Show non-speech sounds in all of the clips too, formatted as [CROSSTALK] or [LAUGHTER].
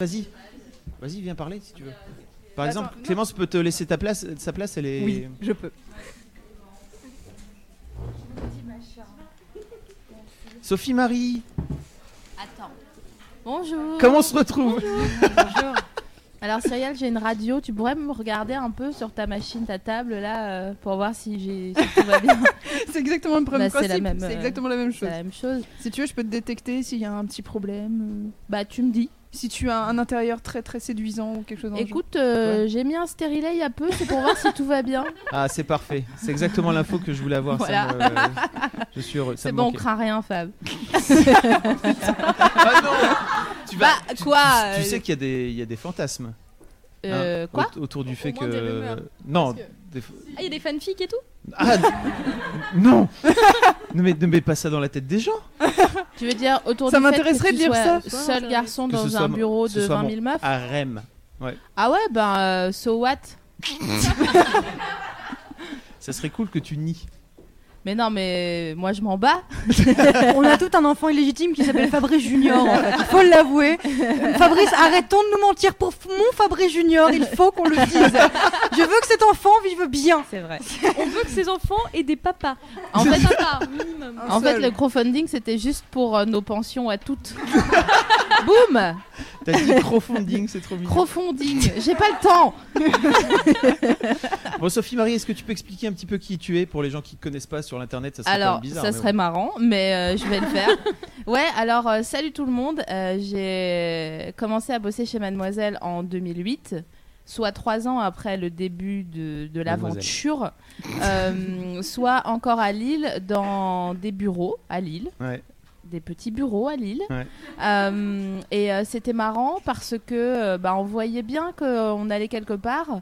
Vas-y, vas-y, viens parler si tu veux. Par exemple, Clémence peut te laisser ta place, sa place, elle est. Oui, je peux. Sophie Marie, Attends. Bonjour. comment on se retrouve Bonjour. Alors Cyril, j'ai une radio. Tu pourrais me regarder un peu sur ta machine, ta table là, euh, pour voir si j'ai si tout [LAUGHS] va bien. C'est exactement le problème Bah, c'est la même, C'est euh, exactement la même C'est chose. la même chose. Si tu veux, je peux te détecter s'il y a un petit problème. euh, Bah tu me dis. Si tu as un intérieur très très séduisant ou quelque chose. dans le genre. Écoute, euh, j'ai mis un stérilet il y a peu, c'est pour voir si tout va bien. Ah, c'est parfait, c'est exactement l'info que je voulais avoir. ça Voilà. me- euh, Je suis heureux. ça C'est me bon, on manquait. craint [LAUGHS] rien, Fab. Ah non Tu vas. Bah, quoi Tu euh, sais qu'il y a des, il y a des fantasmes euh, hein, Quoi aut- autour du fait moins des que rumeurs. non, Parce que- des f- Ah, il y a des fanfics et tout ah d- non, [LAUGHS] ne mets, ne mets pas ça dans la tête des gens. Tu veux dire autour Ça du fait m'intéresserait que de tu lire sois ça. Seul garçon Que ce dans soit un mon- bureau que ce de soit 20 000 mon- meufs. À Rennes, Ah ouais, ben euh, so what ça serait cool que tu nies. Mais non, mais euh, moi je m'en bats. On a tout un enfant illégitime qui s'appelle Fabrice Junior. En fait. Il faut l'avouer. Fabrice, arrêtons de nous mentir pour f- mon Fabrice Junior. Il faut qu'on le dise. Je veux que cet enfant vive bien. C'est vrai. On veut que ces enfants aient des papas. En Des fait, papas, minimum. Un En fait, seul. le crowdfunding, c'était juste pour euh, nos pensions à toutes. [LAUGHS] Boum T'as [LAUGHS] dit crowdfunding, c'est trop mignon. Crowdfunding J'ai pas le temps Bon, Sophie Marie, est-ce que tu peux expliquer un petit peu qui tu es pour les gens qui ne connaissent pas sur l'internet Ça serait quand Alors, même bizarre. ça mais serait bon. marrant, mais euh, je vais le faire. Ouais, alors, euh, salut tout le monde. Euh, J'ai commencé à bosser chez Mademoiselle en 2008, soit trois ans après le début de, de l'aventure, euh, soit encore à Lille, dans des bureaux à Lille. Ouais. des petits bureaux à Lille. Ouais. Euh, et euh, c'était marrant parce que euh, bah, on voyait bien qu'on allait quelque part.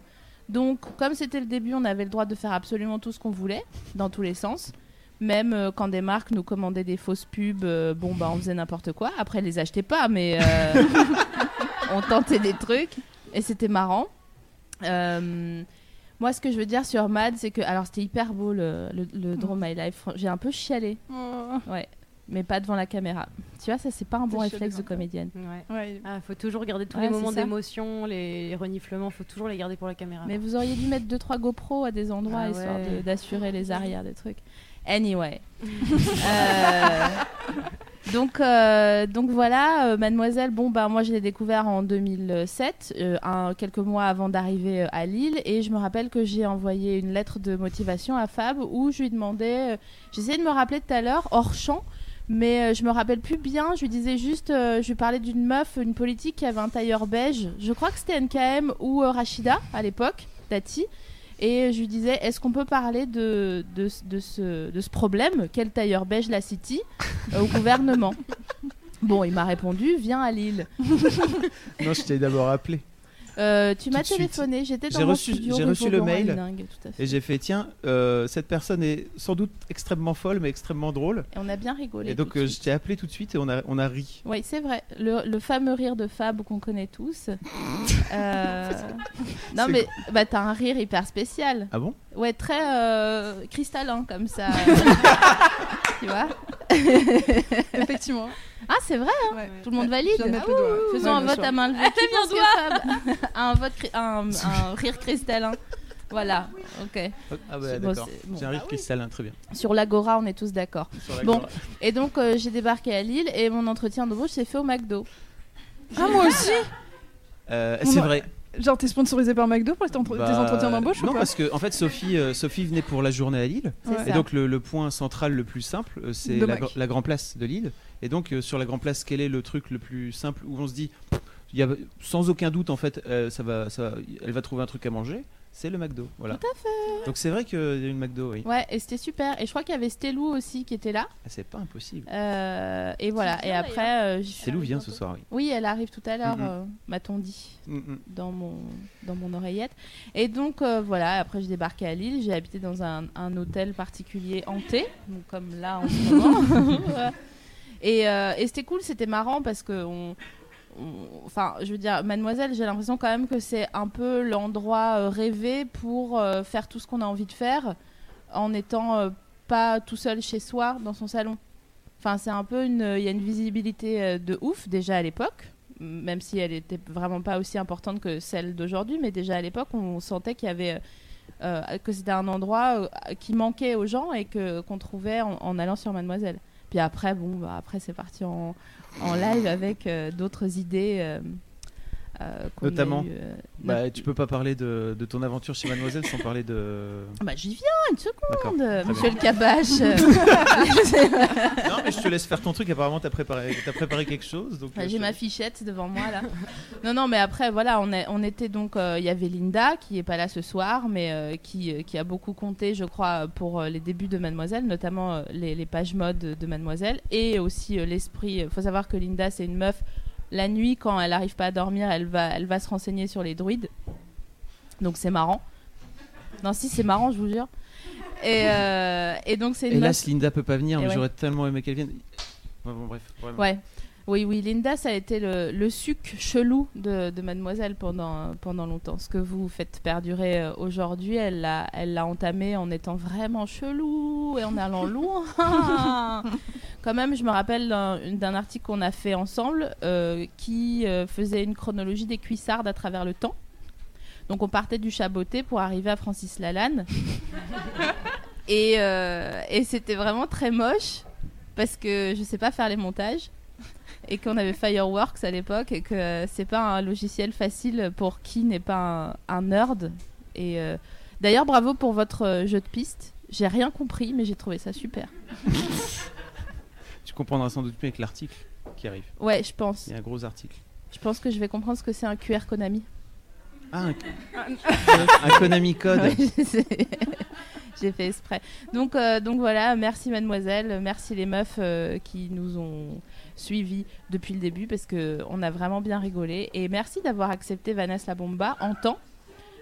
Donc, comme c'était le début, on avait le droit de faire absolument tout ce qu'on voulait, dans tous les sens. Même euh, quand des marques nous commandaient des fausses pubs, euh, bon, bah, on faisait n'importe quoi. Après, elles les achetait pas, mais euh, [LAUGHS] on tentait des trucs. Et c'était marrant. Euh, moi, ce que je veux dire sur Mad, c'est que. Alors, c'était hyper beau le, le, Mm. le Draw My Life. Fran- J'ai un peu chialé Oh, Ah. mais pas devant la caméra. Tu vois, ça c'est pas un bon C'est réflexe de chelou, comédienne. Ouais. Oh. [LAUGHS] ouais. Ah, faut toujours garder tous Ouais, les c'est moments ça. d'émotion, les... les reniflements, faut toujours les garder pour la caméra. Mais vous auriez dû mettre deux trois GoPro à des endroits Ah histoire ouais. de- d'assurer les arrières des trucs. Anyway. Euh, [LAUGHS] donc euh, donc voilà, euh, mademoiselle. Bon bah moi je l'ai découvert en 2007, euh, un- quelques mois avant d'arriver euh, à Lille, et je me rappelle que j'ai envoyé une lettre de motivation à Fab où je lui demandais, euh, j'essayais de me rappeler tout à l'heure hors champ. Mais euh, je me rappelle plus bien, je lui disais juste, euh, je lui parlais d'une meuf, une politique qui avait un tailleur beige. Je crois que c'était NKM ou euh, Rachida à l'époque, Tati. Et je lui disais, est-ce qu'on peut parler de, de, de ce, de ce problème Quel tailleur beige la City euh, au gouvernement [LAUGHS] Bon, il m'a répondu, viens à Lille. Non, je t'ai d'abord appelé. Euh, tu m'as de suite. téléphoné, j'étais dans J'ai mon reçu- studio. j'ai rue reçu le Vauban à mail. Lillingue, tout à fait. Et Et, j'ai fait tiens, euh, cette personne est sans doute extrêmement folle, mais extrêmement drôle. on a bien rigolé. Et donc, euh, je t'ai appelé tout de suite et on a, on a ri. Oui, c'est vrai. Le, le fameux rire de Fab qu'on connaît tous. [LAUGHS] Euh, Non, C'est mais bah, t'as un rire hyper spécial. Ah bon Ouais, très euh, cristallin comme ça. [LAUGHS] tu vois Effectivement. Ah, c'est vrai, Ouais. tout le monde Je valide. viens de mettre le doigt, là. Faisons Ouais, un bien vote sûr. à main levée. Qui pense que Fab a [LAUGHS] un, vote cri- un, un rire cristallin. Voilà, ok. Ah bah C'est- bon, d'accord. c'est- bon. Ah J'ai un rire cristallin, hein, très bien. Sur l'Agora, on est tous d'accord. Sur la Bon. gorge. Et donc, euh, j'ai débarqué à Lille et mon entretien d'embauche s'est fait au McDo. Ah, moi aussi Euh, On c'est a- vrai. Genre, t'es sponsorisé par McDo pour tes, entre- tes Bah, entretiens d'embauche Non, ou pas parce que en fait, Sophie, euh, Sophie venait pour la journée à Lille. C'est Ouais. Et ça. donc le, le point central le plus simple, euh, c'est De la, Mac. gr- la Grand Place de Lille. Et donc euh, sur la Grand Place, quel est le truc le plus simple où on se dit, il y a, sans aucun doute en fait, euh, ça va, ça, va- elle va trouver un truc à manger. c'est le McDo. Voilà. Tout à fait. Donc c'est vrai qu'il y a une McDo, oui. Ouais, et c'était super. Et je crois qu'il y avait Stelou aussi qui était là. Ah, C'est pas impossible. Euh, et voilà. vient, Et après, euh, je- C'est Lou vient ce soir, oui. oui, elle arrive tout à l'heure, Mhm. euh, m'a-t-on dit. Mm, mm. dans mon, dans mon oreillette. Et donc euh, voilà, après j'ai débarqué à Lille, j'ai habité dans un, un hôtel particulier hanté, donc comme là en ce moment. Voilà. et euh, et c'était cool, c'était marrant parce que on, on- Enfin, je veux dire, mademoiselle, j'ai l'impression quand même que c'est un peu l'endroit euh, rêvé pour euh, faire tout ce qu'on a envie de faire en étant euh, pas tout seul chez soi dans son salon. Enfin, c'est un peu une. Il y a une visibilité euh, de ouf déjà à l'époque, m- même si elle était vraiment pas aussi importante que celle d'aujourd'hui, mais déjà à l'époque, on sentait qu'il y avait. euh, que c'était un endroit euh, qui manquait aux gens et que qu'on trouvait en, en allant sur Mademoiselle. Puis après, bon, bah, après c'est parti en, en live avec euh, d'autres idées. euh, euh, qu'on a Notamment eues, euh, Bah, tu peux pas parler de, de ton aventure chez Mademoiselle sans parler de. Ah Bah, j'y viens une seconde, D'accord. bien. monsieur le cabache. [LAUGHS] [LAUGHS] Euh, Non, mais je te laisse faire ton truc. Apparemment, t'as préparé, t'as préparé quelque chose. Donc, euh, je Ouais, Bah, J'ai te- ma fichette devant moi là. [LAUGHS] non, non, mais après, voilà, on, est- on était donc. euh, Il y avait Linda qui n'est pas là ce soir, mais euh, qui, euh, qui a beaucoup compté, je crois, pour euh, les débuts de Mademoiselle, notamment euh, les, les pages mode de Mademoiselle et aussi euh, l'esprit. Il faut savoir que Linda, c'est une meuf. La nuit, quand elle n'arrive pas à dormir, elle va, elle va se renseigner sur les druides. Donc c'est marrant. Non, si, c'est marrant, je vous jure. Et, euh, et donc c'est une meuf- Hélas, Linda peut pas venir, Et mais ouais. j'aurais tellement aimé qu'elle vienne. Ouais, bon, bref. vraiment. Ouais. Oui, oui, Linda, ça a été le, le suc chelou de, de Mademoiselle pendant, pendant longtemps. Ce que vous faites perdurer euh, aujourd'hui, elle l'a elle l'a entamé en étant vraiment chelou et en [LAUGHS] allant loin. Quand même, je me rappelle d'un d'un article qu'on a fait ensemble euh, qui euh, faisait une chronologie des cuissardes à travers le temps. Donc on partait du Chaboté pour arriver à Francis [LAUGHS] Lalanne. et euh, et c'était vraiment très moche parce que je sais pas faire les montages et qu'on avait Fireworks à l'époque et que c'est pas un logiciel facile pour qui n'est pas un, un nerd. Et euh, d'ailleurs, bravo pour votre euh, jeu de piste. J'ai rien compris, mais j'ai trouvé ça super. Tu comprendras sans doute mieux avec l'article qui arrive. Ouais, je pense. Il y a un gros article. Je pense que je vais comprendre ce que c'est un QR Konami. Ah, un, [LAUGHS] un Konami code. Ouais, [LAUGHS] je sais. J'ai fait exprès. Donc, euh, donc voilà, merci mademoiselle, merci les meufs euh, qui nous ont suivis depuis le début parce qu'on a vraiment bien rigolé. Et merci d'avoir accepté Vanessa La Bomba en temps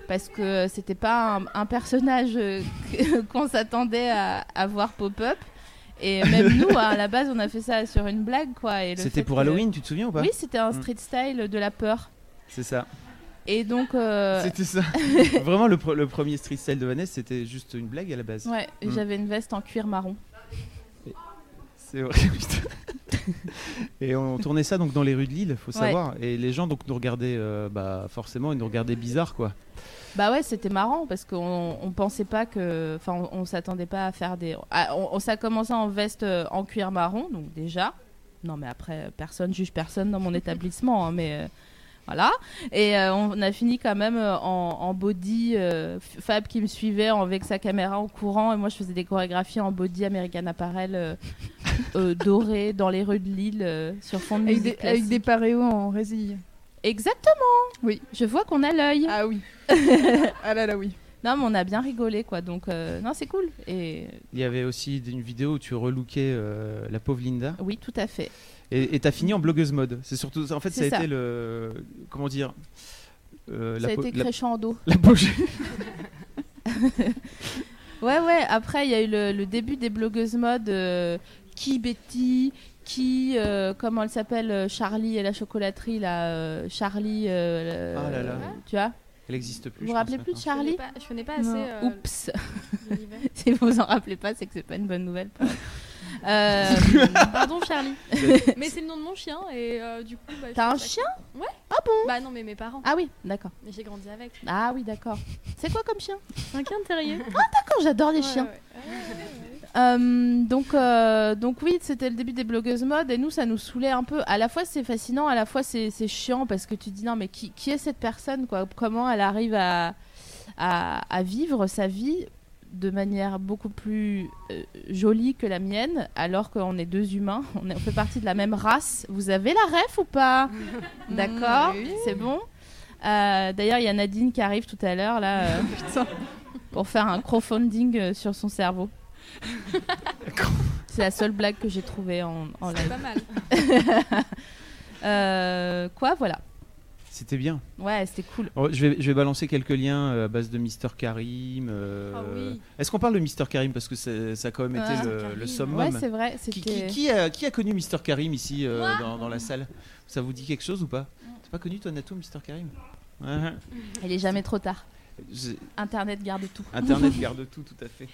parce que c'était pas un, un personnage euh, que- [LAUGHS] qu'on s'attendait à, à voir pop-up. Et même nous, à la base, on a fait ça sur une blague. quoi. Et le fait C'était pour que- Halloween, tu te souviens ou pas Oui, c'était un street style de la peur. C'est ça. Et donc. euh, C'était [LAUGHS] ça. Vraiment, le, pre- le premier street style de Vanessa, c'était juste une blague à la base. Ouais, Mm. j'avais une veste en cuir marron. C'est vrai. putain. [LAUGHS] et on tournait ça donc dans les rues de Lille, faut Ouais. savoir. Et les gens donc nous regardaient, euh, bah forcément, ils nous regardaient bizarre quoi. Bah ouais, c'était marrant parce qu'on on pensait pas que. Enfin, on, on s'attendait pas à faire des. à- on, on- ça a commencé en veste euh, en cuir marron, donc déjà. Non, mais après, euh, personne juge [LAUGHS] personne dans mon établissement, hein, mais. euh, voilà. Et euh, on a fini quand même euh, en, en body. euh, F- Fab qui me suivait en- avec sa caméra en courant. Et moi, je faisais des chorégraphies en body American [LAUGHS] Apparel euh, euh, doré dans les rues de Lille euh, sur fond de Avec musique des, avec classique. des paréos en résille. Exactement. Oui. Je vois qu'on a l'œil. Ah oui. [LAUGHS] ah là là oui. Non, mais on a bien rigolé, quoi. Donc, euh, non, c'est cool. Et Il y avait aussi d- une vidéo où tu relookais euh, la pauvre Linda. oui, tout à fait. Et et t'as fini en blogueuse mode. C'est surtout, ça. en fait, ça a C'est ça. été le, comment dire, euh, Ça a po- été crescendo. [LAUGHS] l'apogée. Ouais, ouais. Après, il y a eu le, le début des blogueuses mode. euh, qui Betty Qui, euh, comment elle s'appelle euh, Charlie et la chocolaterie, là. euh, Charlie. euh, Ah là là. Tu vois Elle n'existe plus. je Vous vous pense, rappelez plus de maintenant. Je connais Charlie pas- Je connais pas assez Non. euh, Oups. [LAUGHS] [LAUGHS] l'univers. si vous vous en rappelez pas, c'est que c'est pas une [LAUGHS] bonne nouvelle. pour elle. Euh, Pardon Charlie. mais c'est le nom de mon chien et euh, du coup. Bah, je T'as un sais pas chien qui- Bah non mais mes parents. Ah oui, d'accord. Mais j'ai grandi avec. Ah oui, d'accord. C'est quoi comme chien Un quin [LAUGHS] terrier. D'accord, j'adore les chiens. Euh, donc, euh, donc oui, c'était le début des blogueuses mode et nous, ça nous saoulait un peu. À la fois, c'est fascinant, à la fois, c'est c'est chiant parce que tu te dis non, mais qui, qui est cette personne quoi Comment elle arrive à, à, à vivre sa vie de manière beaucoup plus euh, jolie que la mienne, alors qu'on est deux humains, [LAUGHS] on, est- on fait partie de la même race. Vous avez la ref ou pas D'accord, c'est bon. Euh, D'ailleurs, il y a Nadine qui arrive tout à l'heure là euh, pour faire un crowdfunding euh, sur son cerveau. C'est la seule blague que j'ai trouvée en, en C'est live. pas mal. Euh, quoi, voilà. C'était bien. Ouais, c'était cool. Oh, Je vais, je vais balancer quelques liens euh, à base de Mister Karim. euh, Ah oui. Est-ce qu'on parle de Mister Karim parce que ça, ça a quand même Ah. été le, Karim. le Ouais, Ouais, summum. c'est vrai. qui, qui- C'était. qui a, qui a connu Mister Karim ici euh, dans, dans la salle Ça vous dit quelque chose ou pas T'as pas connu toi Natou Mister Karim Ouais. Il est jamais trop tard. J'ai- Internet garde tout. Internet garde tout, tout à fait.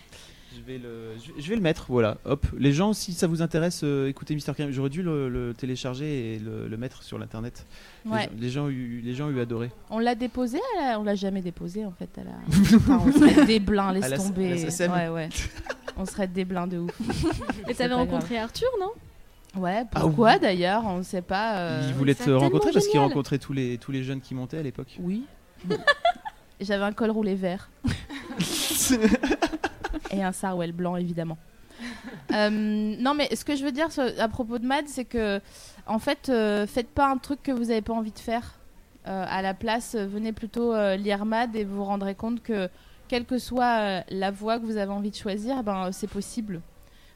Je vais le, je, je vais le mettre, voilà. Hop, les gens, si ça vous intéresse, euh, écoutez Mister Karim. J'aurais dû le, le télécharger et le, le mettre sur l'internet. Les Ouais. gens- Les, gens, eu- les gens eu adoré. On l'a déposé, à la- on l'a jamais déposé en fait. À la... [LAUGHS] Enfin, on serait des blins, À laisse la- à la tomber. SSM. Ouais, ouais. On serait des blins de ouf. Et C'est t'avais pas rencontré Arthur, non Ouais, Ah pourquoi d'ailleurs On ne sait pas. euh, Ils voulaient ça te a rencontrer tellement parce qu'ils génial. rencontraient tous les, tous les jeunes qui montaient à l'époque. Oui. [LAUGHS] J'avais un col roulé vert et un sarouel blanc évidemment. Euh, non mais ce que je veux dire sur- à propos de Mad, c'est que en fait, euh, faites pas un truc que vous n'avez pas envie de faire. Euh, à la place, euh, venez plutôt euh, lire Mad et vous vous rendrez compte que quelle que soit euh, la voie que vous avez envie de choisir, ben euh, c'est possible.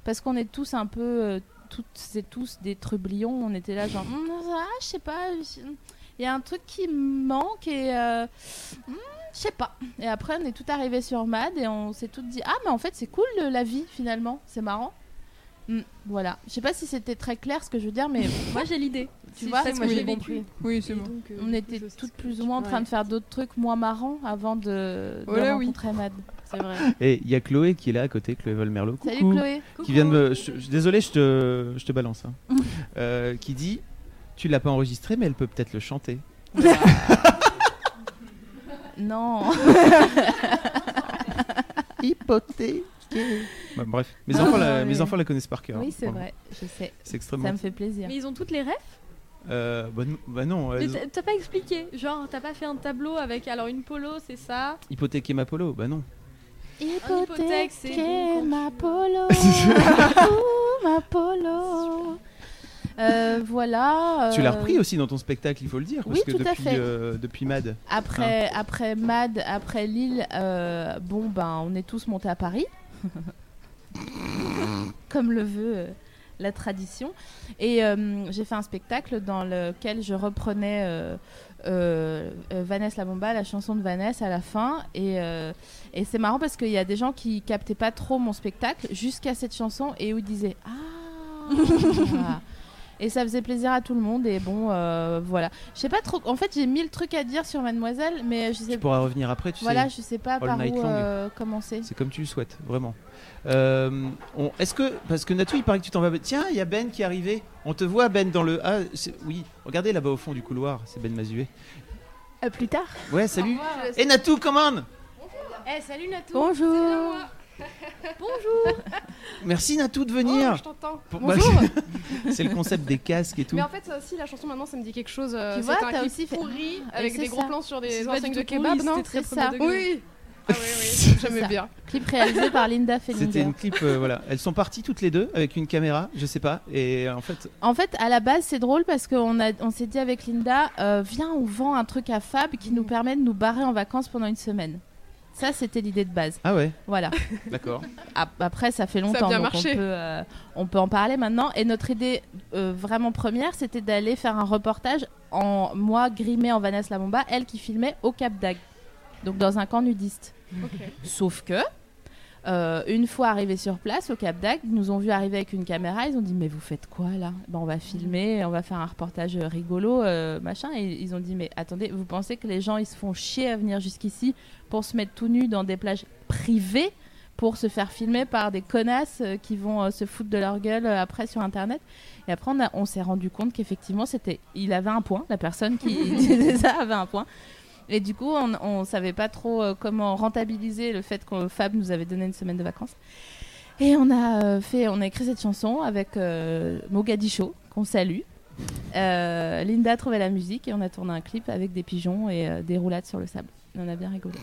Parce qu'on est tous un peu, euh, toutes et tous des trublions. On était là genre, Hum, ah, je sais pas, je- il y a un truc qui me manque et euh, hmm, je sais pas. Et après, on est tout arrivé sur Mad et on s'est toutes dit Ah, mais en fait, c'est cool le- la vie finalement, c'est marrant. Hmm, voilà. Je sais pas si c'était très clair ce que je veux dire, mais [LAUGHS] Moi, j'ai l'idée. Tu C'est vois, ça que moi, j'ai j'ai vécu. Oui, Et c'est bon. donc, euh, on du coup, était je sais ce toutes que plus tu- ou moins en train Ouais. de faire d'autres trucs moins marrants avant de, de Voilà, oui. rencontrer Mad. C'est vrai. Et il y a Chloé qui est là à côté, Chloé Volmerlo. Salut Coucou. Chloé. qui vient de me. je- je- désolé, je te, je te balance. [LAUGHS] hein. Euh, qui dit Tu l'as pas enregistré, mais elle peut peut-être le [LAUGHS] chanter. Non. [LAUGHS] Hypothèque. Bah, bref, mes, enfants, la, mes enfants la connaissent par cœur. Ah, hein. oui, c'est Vraiment. vrai, je sais. C'est Ça extrêmement. me fait plaisir. [LAUGHS] Mais ils ont toutes les rêves Euh, bah, n- bah non, Mais elles ont- t'as- T'as pas expliqué. Genre, t'as pas fait un tableau avec alors une polo, c'est ça. hypothèque et ma polo, bah non. hypothèque, c'est Hypothéquer bon ma quand [LAUGHS] polo. Ouh, ma polo. Euh, voilà. Tu l'as euh, repris aussi dans ton spectacle, il faut le dire, parce oui, que tout à depuis, fait. euh, depuis Mad. Après, Hein. après Mad, après Lille, euh, bon ben, on est tous montés à Paris, comme le veut euh, la tradition. Et euh, j'ai fait un spectacle dans lequel je reprenais euh, euh, euh, Vanessa la Bomba, la chanson de Vanessa à la fin. Et, euh, et c'est marrant parce qu'il y a des gens qui captaient pas trop mon spectacle jusqu'à cette chanson et où ils disaient ah. Et ça faisait plaisir à tout le monde et bon euh, voilà. Je sais pas trop. En fait, j'ai mille trucs à dire sur Mademoiselle, mais je sais. Tu pourras revenir après, tu Voilà, sais. je sais pas All par Night où Long. euh, commencer. C'est comme tu le souhaites, vraiment. Euh, on- Est-ce que. Parce que Natou, il paraît que tu t'en vas. Tiens, il y a Ben qui est arrivé. On te voit, Ben, dans le. Ah, c'est- oui. Regardez là-bas au fond du couloir, c'est Ben Mazué. plus tard. Ouais, salut. Et Natou, commande Eh, salut Natou. Bonjour. [LAUGHS] Bonjour. Merci Natou de Oh, venir. je t'entends. Pour- bah, [LAUGHS] Bonjour. c'est le concept des casques et tout. Mais en fait, ça aussi, la chanson maintenant, ça me dit quelque chose. Tu euh, c'est vois, un t'as clip aussi fait- pourri Et avec c'est des gros ça. plans sur C'est des pas enseignes du de tout pourri, kebab, non c'était très C'est premier ça. degré. Oui. Ah oui, oui, j'aimais ça. bien. Clip réalisé par Linda C'était Fellinger. une clip, euh, voilà. Elles sont parties toutes les deux avec une caméra, je sais pas. Et euh, en fait, En fait, à la base, c'est drôle parce qu'on a- on s'est dit avec Linda, euh, viens, on vend un truc à Fab qui nous permet de nous barrer en vacances pendant une semaine. Ça, c'était l'idée de base. ah ouais, Voilà. d'accord. Ap- Après, ça fait longtemps. bien donc marché. On peut, euh, on peut en parler maintenant. Et notre idée euh, vraiment première, c'était d'aller faire un reportage en moi grimée en Vanessa Labomba, elle qui filmait au Cap d'Agde, donc dans un camp nudiste. Sauf que. euh, une fois arrivés sur place au Cap d'Agde, ils nous ont vu arriver avec une caméra. Ils ont dit mais vous faites quoi là ben, on va filmer, on va faire un reportage euh, rigolo, euh, machin. Et ils ont dit mais attendez, vous pensez que les gens ils se font chier à venir jusqu'ici pour se mettre tout nus dans des plages privées pour se faire filmer par des connasses euh, qui vont euh, se foutre de leur gueule euh, après sur internet et après on, a- on s'est rendu compte qu'effectivement c'était il avait un point la personne qui disait ça avait un point et du coup on, on savait pas trop euh, comment rentabiliser le fait que Fab nous avait donné une semaine de vacances et on a euh, fait on a écrit cette chanson avec euh, Mogadiscio qu'on salue Euh, Linda a trouvé la musique et on a tourné un clip avec des pigeons et euh, des roulades sur le sable on a bien rigolé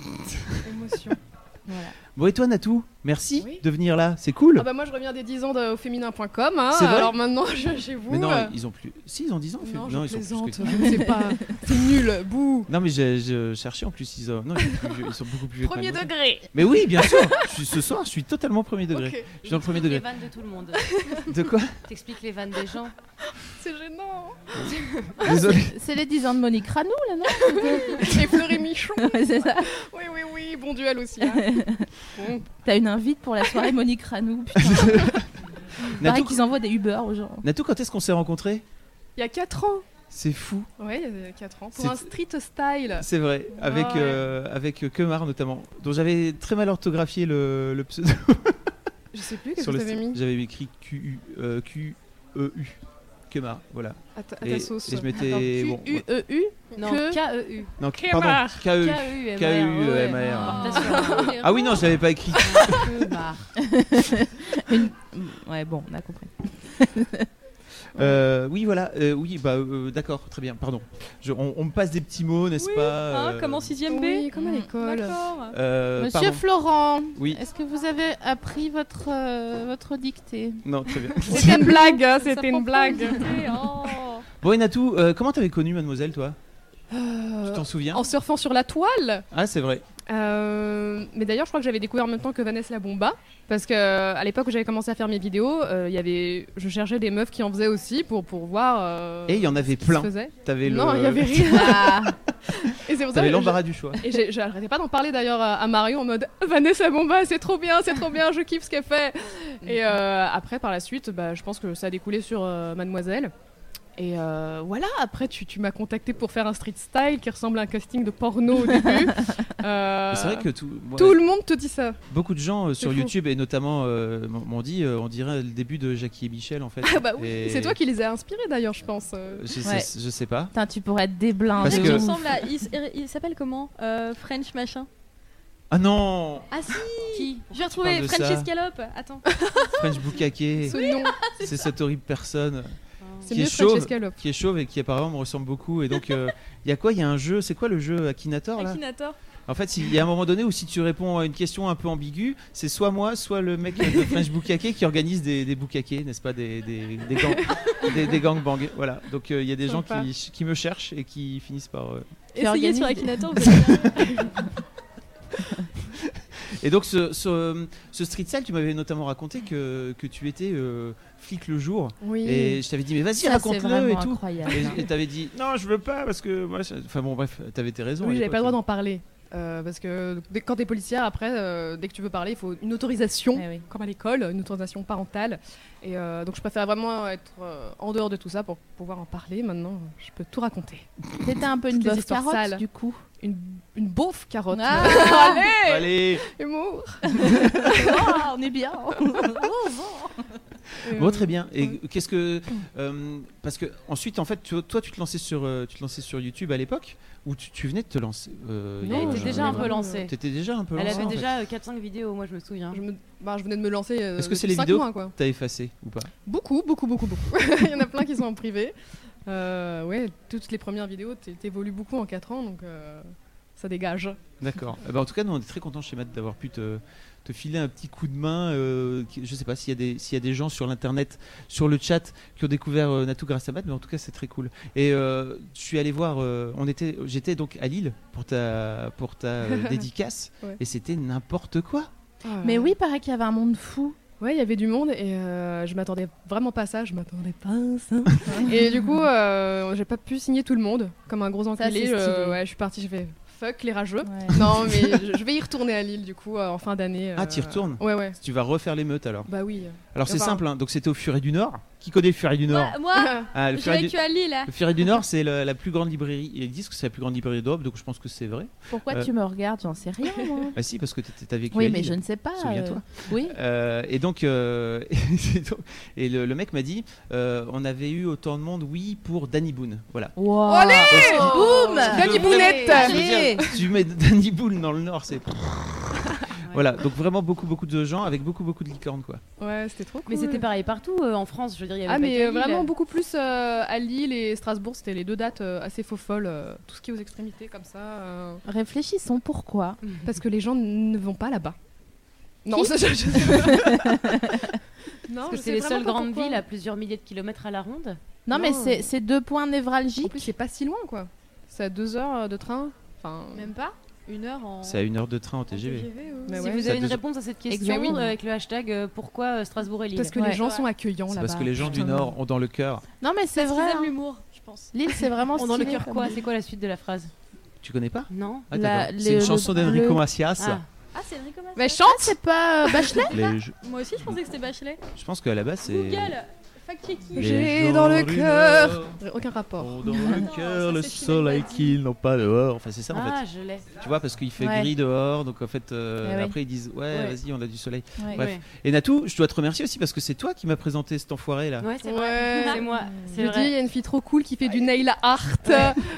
Émotion. [LAUGHS] Voilà. Bon, et toi, Natou, merci Oui. de venir là. C'est cool. Ah bah moi je reviens des 10 ans de- au féminin.com. hein. C'est vrai Alors maintenant je- chez vous. mais non, euh, ils ont plus. Si, ils ont 10 ans. en fait. non, non, je ils sont plus que- plaisante, je ne sais pas. C'est nul, bouh. Non, mais j'ai- je cherchais en plus. Ils, ont... non, ils, sont plus vieux, ils sont beaucoup plus vieux. que Premier Mademoiselle. degré. Mais oui, bien sûr. Je suis- ce soir, je suis totalement premier degré. Ok, Je suis dans le premier Les degré. vannes de tout le monde. De quoi T'expliques les vannes des gens. c'est gênant. Désolé. [LAUGHS] C'est les 10 ans de Monique Ranou, là, non Et Fleury Michon. C'est ça. Oui, oui, oui, bon duel aussi. hein. Bon. T'as une invite pour la soirée Monique Ranou, putain. Pareil Natou, qu'ils envoient des Uber aux gens. Natou, quand est-ce qu'on s'est rencontrés Il y a 4 ans. C'est fou. Ouais, il y a 4 ans. Pour C'est- un street style. C'est vrai. Avec, Ouais. euh, avec euh, Kemar notamment. Dont j'avais très mal orthographié le, le [LAUGHS] pseudo. Je sais plus, qu'est-ce sur que le t'avais site. mis J'avais écrit Q-U. euh, Q-E-U. Kemar, voilà. à ta, à Et, ta et sauce. je m'étais. bon, ouais. U-E-U Non, Que- K-E-U. Non, Kemar. E pardon. E K-E-U. K-E-U-M-A-R. K-E-U-M-A-R. Porte sur un- Ah oui, non, je l'avais pas [LAUGHS] écrit. Kemar. Ouais, bon, on a compris. Euh, oui, voilà. euh, oui, bah, euh, d'accord, très bien. Pardon. Je- on, on me passe des petits mots, n'est-ce Oui, pas Hein, euh, Comme en 6ème B. Oui, comme à l'école. D'accord. euh, Monsieur pardon. Florent, Oui. est-ce que vous avez appris votre, euh, votre dictée Non, très [LAUGHS] bien. C'était une blague, hein, Ça c'était prend une pas blague. une idée, oh. Bon, et Natou, euh, comment t'avais connu Mademoiselle, toi Tu Euh, t'en souviens en surfant sur la toile. Ah, c'est vrai. Euh, mais d'ailleurs, je crois que j'avais découvert en même temps que Vanessa la Bomba, parce que euh, à l'époque où j'avais commencé à faire mes vidéos, euh, il y avait, je cherchais des meufs qui en faisaient aussi pour pour voir. euh, Et il y en avait ce qui se plein. faisait. T'avais le. Ah. Non, il y avait rien. Et c'est pour [LAUGHS] T'avais ça que je- Euh, l'embarras du choix. Et j'ai- j'arrêtais pas d'en parler d'ailleurs à, à Mario en mode Vanessa Bomba, c'est trop bien, c'est trop bien, je kiffe ce qu'elle fait. Et euh, après, par la suite, bah, je pense que ça a découlé sur euh, Mademoiselle. Et euh, voilà, après, tu, tu m'as contacté pour faire un street style qui ressemble à un casting de porno [LAUGHS] au début. Euh, Mais C'est vrai que tout, moi, Tout le monde te dit ça. beaucoup de gens euh, sur fou. YouTube et notamment euh, m- m'ont dit, euh, on dirait le début de Jackie et Michel en fait. Ah bah oui, Et- c'est toi qui les as inspirés d'ailleurs, je pense. euh. Je sais, Ouais. je sais pas. Putain, tu pourrais être déblindé. Parce Parce que- qu'il ressemble à. Il, s- il s'appelle comment Euh, French machin. Ah non Ah si Qui parle Je vais de retrouver French ça Escalope. Attends. French [LAUGHS] Bukake, [LAUGHS] Ce nom, c'est cette horrible personne. c'est Qui est mieux French chauve. Escalope. qui est chauve et qui apparemment me ressemble beaucoup. Et donc, euh, il y a quoi Il y a un jeu, c'est quoi le jeu Akinator là Akinator. [LAUGHS] En fait, il y a un moment donné où si tu réponds à une question un peu ambiguë, c'est soit moi, soit le mec de French Bukake qui organise des, des bukake, n'est-ce pas Des, des, des, gang, des, des gangbangs. Voilà, donc euh, il y a des gens Sympa. qui, qui me cherchent et qui finissent par. euh, Essayez organise sur des- Akinator. [LAUGHS] vous allez voir. Et donc, ce, ce, ce street sale, tu m'avais notamment raconté que, que tu étais euh, flic le jour. Oui. Et je t'avais dit, mais vas-y, Ça, c'est raconte-le et vraiment tout. incroyable. Et- Et t'avais dit, non, je veux pas parce que. moi, ça- Enfin bon, bref, t'avais tes raisons. à Oui, j'avais pas le l'époque. droit d'en parler. Euh, parce que dès- quand t'es policière, après, euh, dès que tu veux parler, il faut une autorisation, Eh oui. comme à l'école, une autorisation parentale. Et euh, donc je préfère vraiment être euh, en dehors de tout ça pour pouvoir en parler. Maintenant, euh, je peux tout raconter. T'étais un peu une Toutes les bof histoires carotte, sales. du coup. Une, une beauf carotte. Ah Allez, Allez humour. on est bien. Mm. Bon, Oh, très bien. Et qu'est-ce que euh, parce que ensuite en fait tu- toi tu te lançais sur euh, tu te lançais sur YouTube à l'époque ou tu, tu venais de te lancer euh, il y a- Elle Non, était je- déjà un peu vraiment. lancée. T'étais déjà un peu Elle lancée. avait en fait. déjà euh, 4-5 vidéos, moi je me souviens. Je, me- bah, je venais de me lancer. euh, Est-ce que c'est les depuis cinq vidéos mois, quoi. T'as effacé ou pas Beaucoup, beaucoup, beaucoup, beaucoup. [LAUGHS] Il y en a plein qui sont en privé. Euh, ouais, toutes les premières vidéos, t'é- t'évolues beaucoup en 4 ans, donc euh, ça dégage. [LAUGHS] D'accord. Eh ben, en tout cas, nous on est très contents chez Matt d'avoir pu te, te filer un petit coup de main. euh, qui- je sais pas s'il y a des s'il y a des gens sur l'internet, sur le chat qui ont découvert euh, Natou grâce à Matt, mais en tout cas c'est très cool. Et euh, je suis allé voir. euh, on était j'étais donc à Lille pour ta pour ta [LAUGHS] euh, dédicace Ouais. et c'était n'importe quoi. Mais oui, paraît qu'il y avait un monde fou. Ouais, il y avait du monde et euh, je m'attendais vraiment pas à ça, je m'attendais pas à ça. et du coup, euh, j'ai pas pu signer tout le monde, comme un gros enculé. c'est euh, stylé. ouais, je suis partie, j'ai fait fuck les rageux. Ouais. [LAUGHS] Non, mais je, je vais y retourner à Lille du coup euh, en fin d'année. Ah, t'y retournes Ouais, ouais. Tu vas refaire l'émeute alors. Bah oui. Alors c'est Enfin- simple, hein. donc c'était au Furet du Nord. Qui connaît le Furet du Nord Moi, moi Ah, le, j'ai Furet du... vécu à Lille. hein. le Furet du Nord, c'est la, la plus grande librairie. Ils disent que c'est la plus grande librairie d'Europe, donc je pense que c'est vrai. Pourquoi Euh. tu me regardes J'en sais rien, [LAUGHS] moi. Ah si, parce que t'étais- t'as vécu à Oui, mais Lille. je ne sais pas. Souviens-toi. euh, Oui. Euh, et donc, euh, [LAUGHS] et donc- et le, le mec m'a dit, euh, on avait eu autant de monde, oui, pour Danny Boone. Voilà. Wow. Boum Danny Bounette Je veux dire, tu mets Danny Boone dans le Nord, c'est. [LAUGHS] Voilà, donc vraiment beaucoup, beaucoup de gens avec beaucoup, beaucoup de licornes, quoi. Ouais, c'était trop cool. Mais c'était pareil partout euh, en France, je veux dire. il Y avait Ah, pas mais que euh, Lille. vraiment beaucoup plus euh, à Lille et Strasbourg, c'était les deux dates euh, assez faux folles. euh, tout ce qui est aux extrémités, comme ça. euh. Réfléchissons pourquoi. Parce que les gens ne vont pas là-bas. Non, Qui ça, je- je- [LAUGHS] Non, Parce que je c'est sais les vraiment seules pas grandes pourquoi. villes à plusieurs milliers de kilomètres à la ronde. Non, mais c'est- c'est deux points névralgiques. En plus, c'est pas si loin, quoi. C'est à deux heures euh, de train. Enfin, Même pas Une heure en. C'est à une heure de train en TGV. Si ouais. vous Ça avez une deux- réponse à cette question Exactement. euh, avec le hashtag euh, pourquoi euh, Strasbourg et Lille Parce que les gens sont accueillants C'est là-bas. parce que les gens du Nord ont dans le cœur. Non, mais c'est Parce vrai. qu'ils aiment hein. l'humour, je pense. Lille, c'est vraiment On dans le stylé cœur comme quoi ville. C'est quoi la suite de la phrase Tu connais pas Non. Ah, La- d'accord. C'est une le- chanson le- d'Enrico le- Macias. Ah. Ah, c'est Enrico Macias. Mais chante, c'est [LAUGHS] pas euh, Bachelet Les- je, Moi aussi, je pensais que c'était Bachelet. je pense qu'à la base, c'est. Google Fact-checking Les J'ai gens dans le du cœur. Nord Aucun rapport. ont dans le cœur le soleil qu'ils n'ont pas dehors. Enfin, c'est ça en Ah, fait. je l'ai. Tu vois, parce qu'il fait Ouais. gris dehors, donc en fait, euh, Eh oui. après ils disent Ouais, Ouais. vas-y, on a du soleil. Ouais. Bref. Ouais. Et Natou, je dois te remercier aussi parce que c'est toi qui m'as présenté cet enfoiré là. Ouais, c'est Ouais. vrai. C'est moi. Je C'est dis, il vrai. y a une fille trop cool qui fait du nail art.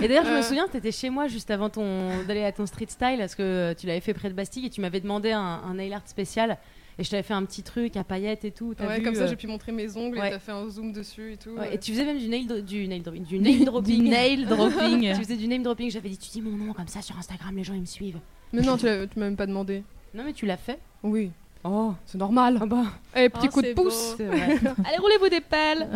Et d'ailleurs, je Euh. me souviens, t'étais chez moi juste avant ton d'aller à ton street style, parce que euh, tu l'avais fait près de Bastille et tu m'avais demandé un, un nail art spécial. Et je t'avais fait un petit truc à paillettes et tout. t'as Ouais, vu, comme euh, ça, j'ai pu montrer mes ongles ouais. et t'as fait un zoom dessus et tout. Ouais, euh. et tu faisais même du nail, do- du nail, dropping- du nail Du dropping. nail dropping. [LAUGHS] tu faisais du name dropping. J'avais dit, tu dis mon nom comme ça sur Instagram, les gens ils me suivent. Mais non, tu l'as- tu m'as même pas demandé. Non, mais tu l'as fait. Oui. Oh, c'est normal. bah. Et petit Oh, coup de c'est beau. pouce. C'est vrai. Allez, roulez-vous des pelles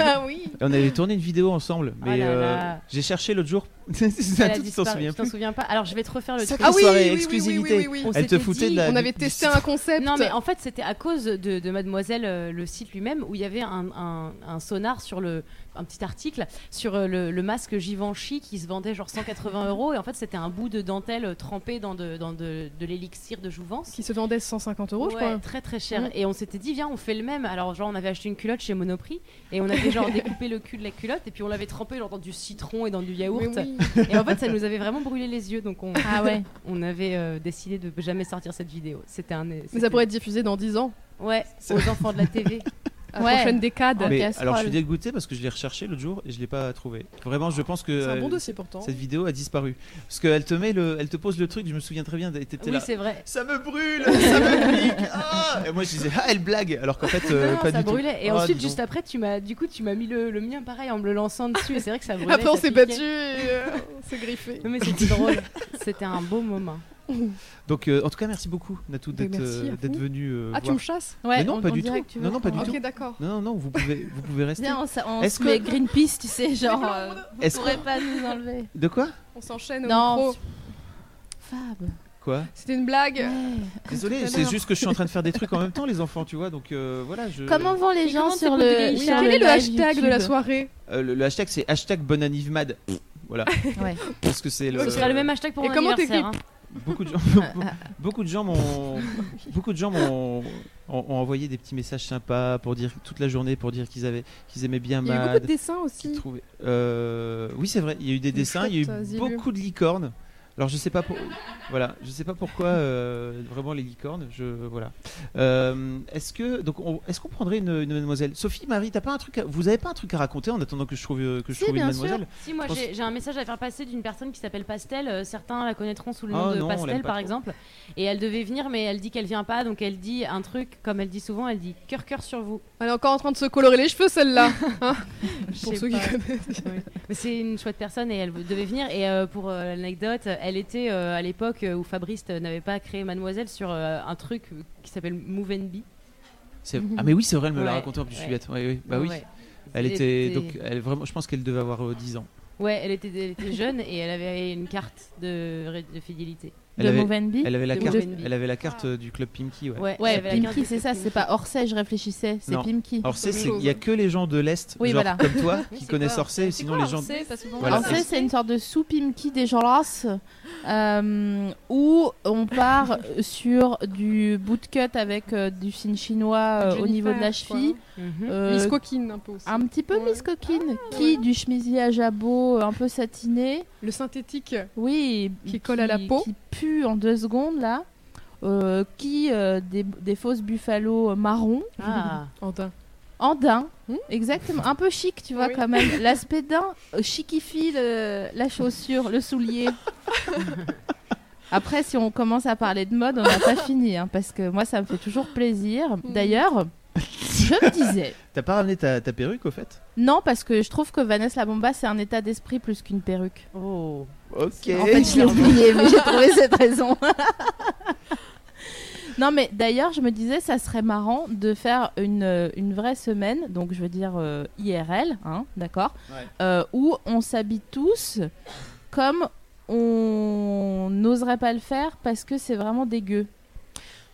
ah oui. Et on avait tourné une vidéo ensemble, mais là euh, là. j'ai cherché l'autre jour. [LAUGHS] C'est Elle a ça, tu t'en disparu, souviens je t'en plus. souviens pas. Alors je vais te refaire le truc. Sacrée soirée, exclusivité. On Elle te s'était foutait dit- de la. On du- avait du- testé un concept. Non, mais en fait, c'était à cause de, de Mademoiselle, euh, le site lui-même, où il y avait un, un- un sonar sur le. un petit article sur euh, le, le masque Givenchy qui se vendait genre 180 euros. Et en fait, c'était un bout de dentelle euh, trempé dans de, dans de, de l'élixir de jouvence. Qui se vendait 150 euros, Oh, je Ouais, crois. très très cher. Mm. Et on s'était dit, viens, on fait le même. Alors, genre, on avait acheté une culotte chez Monoprix et on [LAUGHS] avait genre découpé le cul de la culotte et puis on l'avait trempé genre dans du citron et dans du yaourt. Mais oui. Et en fait, ça nous avait vraiment brûlé les yeux. Donc, on, Ah ouais. [LAUGHS] on avait euh, décidé de jamais sortir cette vidéo. C'était un. Mais c'était- ça pourrait être diffusé dans 10 ans. Ouais, aux enfants de [LAUGHS] la TV. À la Ouais. prochaine décade. Mais casserole. alors je suis dégoûté parce que je l'ai recherché l'autre jour et je l'ai pas trouvé. Vraiment, je pense que C'est un bon euh, dossier pourtant. cette vidéo a disparu parce qu'elle te met le, elle te pose le truc. Je me souviens très bien, t'étais Oui, là. c'est vrai. Ça me brûle, ça me pique. Ah et moi je disais ah elle blague alors qu'en fait euh, Non, pas ça du tout. brûlait. Et Ah, ensuite, dis donc. juste après, tu m'as, du coup, tu m'as mis le, le mien pareil en me le lançant dessus. Et c'est [LAUGHS] vrai que ça brûlait. Après, on ça s'est piquait. battu et euh, [LAUGHS] on s'est griffé. Non, mais c'était drôle. C'était un beau moment. Donc euh, en tout cas merci beaucoup Natou d'être merci euh, à d'être vous. venu. euh, Ah, tu voir. me chasses Ouais, Mais non, on- pas on du dirait tout. que tu veux Non non pas qu'on- du tout. Ok, d'accord. Non non non vous pouvez vous pouvez rester. Viens, on, s- on Est-ce se met que- Greenpeace, tu sais, genre. euh, Est-ce on pourrait pas nous enlever. De quoi On s'enchaîne au Non. micro. Fab. Quoi C'était une blague. Euh, Désolé, à c'est l'heure. juste que je suis en train de faire des trucs en même temps les enfants tu vois donc euh, voilà je. Comment vont les Et gens comment sur le. c'est Poudrier sur Quel est le live Ah bah, hashtag de la YouTube soirée Euh, le, le hashtag c'est hashtag bonanivemad. Voilà Ouais. parce que c'est le. Ce sera le même hashtag pour Et mon comment anniversaire. hein. Beaucoup [LAUGHS] de gens, [LAUGHS] beaucoup de gens m'ont, beaucoup de gens m'ont ont, ont envoyé des petits messages sympas pour dire toute la journée pour dire qu'ils avaient, qu'ils aimaient bien Il y a eu beaucoup de Mad. dessins qu'ils aussi. trouvaient- euh, oui c'est vrai, il y a eu des dessins, il y a chouettes, euh, eu Zilu. beaucoup de licornes. Alors je sais pas pour, voilà, je sais pas pourquoi euh, vraiment les licornes, je voilà. Euh, est-ce que donc on- est-ce qu'on prendrait une, une mademoiselle Sophie, Marie, t'as pas un truc, à- vous avez pas un truc à raconter en attendant que je trouve euh, que je Si, trouve une bien sûr. mademoiselle Si, moi, Je pense- j'ai j'ai un message à faire passer d'une personne qui s'appelle Pastel. Euh, certains la connaîtront sous le nom Ah, de non, on l'aime Pastel, pas par trop. exemple. Et elle devait venir, mais elle dit qu'elle vient pas. Donc, elle dit un truc, comme elle dit souvent, elle dit cœur, cœur sur vous. Elle est encore en train de se colorer les cheveux, celle-là. hein, [LAUGHS] Je pour sais ceux pas. qui connaissent. Mais c'est une chouette personne et elle devait venir. Et euh, pour euh, l'anecdote, elle était euh, à l'époque euh, où Fabrice euh, n'avait pas créé Mademoiselle sur euh, un truc euh, qui s'appelle Move and Be. C'est- Ah mais oui c'est vrai, elle me l'a Ouais, raconté en plus, je suis ouais. bête. Oui, oui, bah oui. Ouais. Elle était C'était- donc elle vraiment, je pense qu'elle devait avoir euh, 10 ans. Ouais, elle était, elle était jeune et elle avait une carte de, ré- de fidélité. Elle de avait- Move and Be Elle avait la De carte, Movenby. elle avait la carte euh, du club Pimki, ouais. Ah. Ouais, elle Ouais, avait la carte Pimki, de c'est ça, Pimki. c'est pas Orsay, je réfléchissais, c'est Non. Pimki. Orsay, Autre c'est- chose. il y a que les gens de l'est, Oui, genre voilà. comme [LAUGHS] toi, Oui, qui c'est connaissent quoi Orsay. Sinon les gens. C'est parce que pour Voilà. moi, Orsay, c'est une sorte de soupe Pimki dégueulasse euh, où on part sur du bootcut avec euh, du film chinois euh, au Jennifer, niveau de la quoi. cheville. Mhm. euh, Miss Coquine, un peu aussi. un petit peu Ouais. Miss Coquine, qui du chemisier à jabot euh, un peu satiné, Le synthétique. oui, Qui colle à la peau. qui pue en deux secondes là, euh, qui euh, des, des fausses buffalo marron, Ah. Antin. en daim, Hmm. exactement, un peu chic, tu vois Oui. quand même. L'aspect d'un euh, chicifie le- la chaussure, le soulier. Après, si on commence à parler de mode, on n'a pas fini, hein, parce que moi, ça me fait toujours plaisir. Hmm. D'ailleurs, je me disais. T'as pas ramené ta, ta perruque au fait Non, parce que je trouve que Vanessa Labomba, c'est un état d'esprit plus qu'une perruque. [LAUGHS] Oh, ok. En fait, je l'ai oublié, mais j'ai [LAUGHS] trouvé cette raison. Non, mais d'ailleurs, je me disais, ça serait marrant de faire une, euh, une vraie semaine, donc je veux dire euh, IRL, hein, d'accord Ouais. Euh, Où on s'habille tous comme on n'oserait pas le faire parce que c'est vraiment dégueu.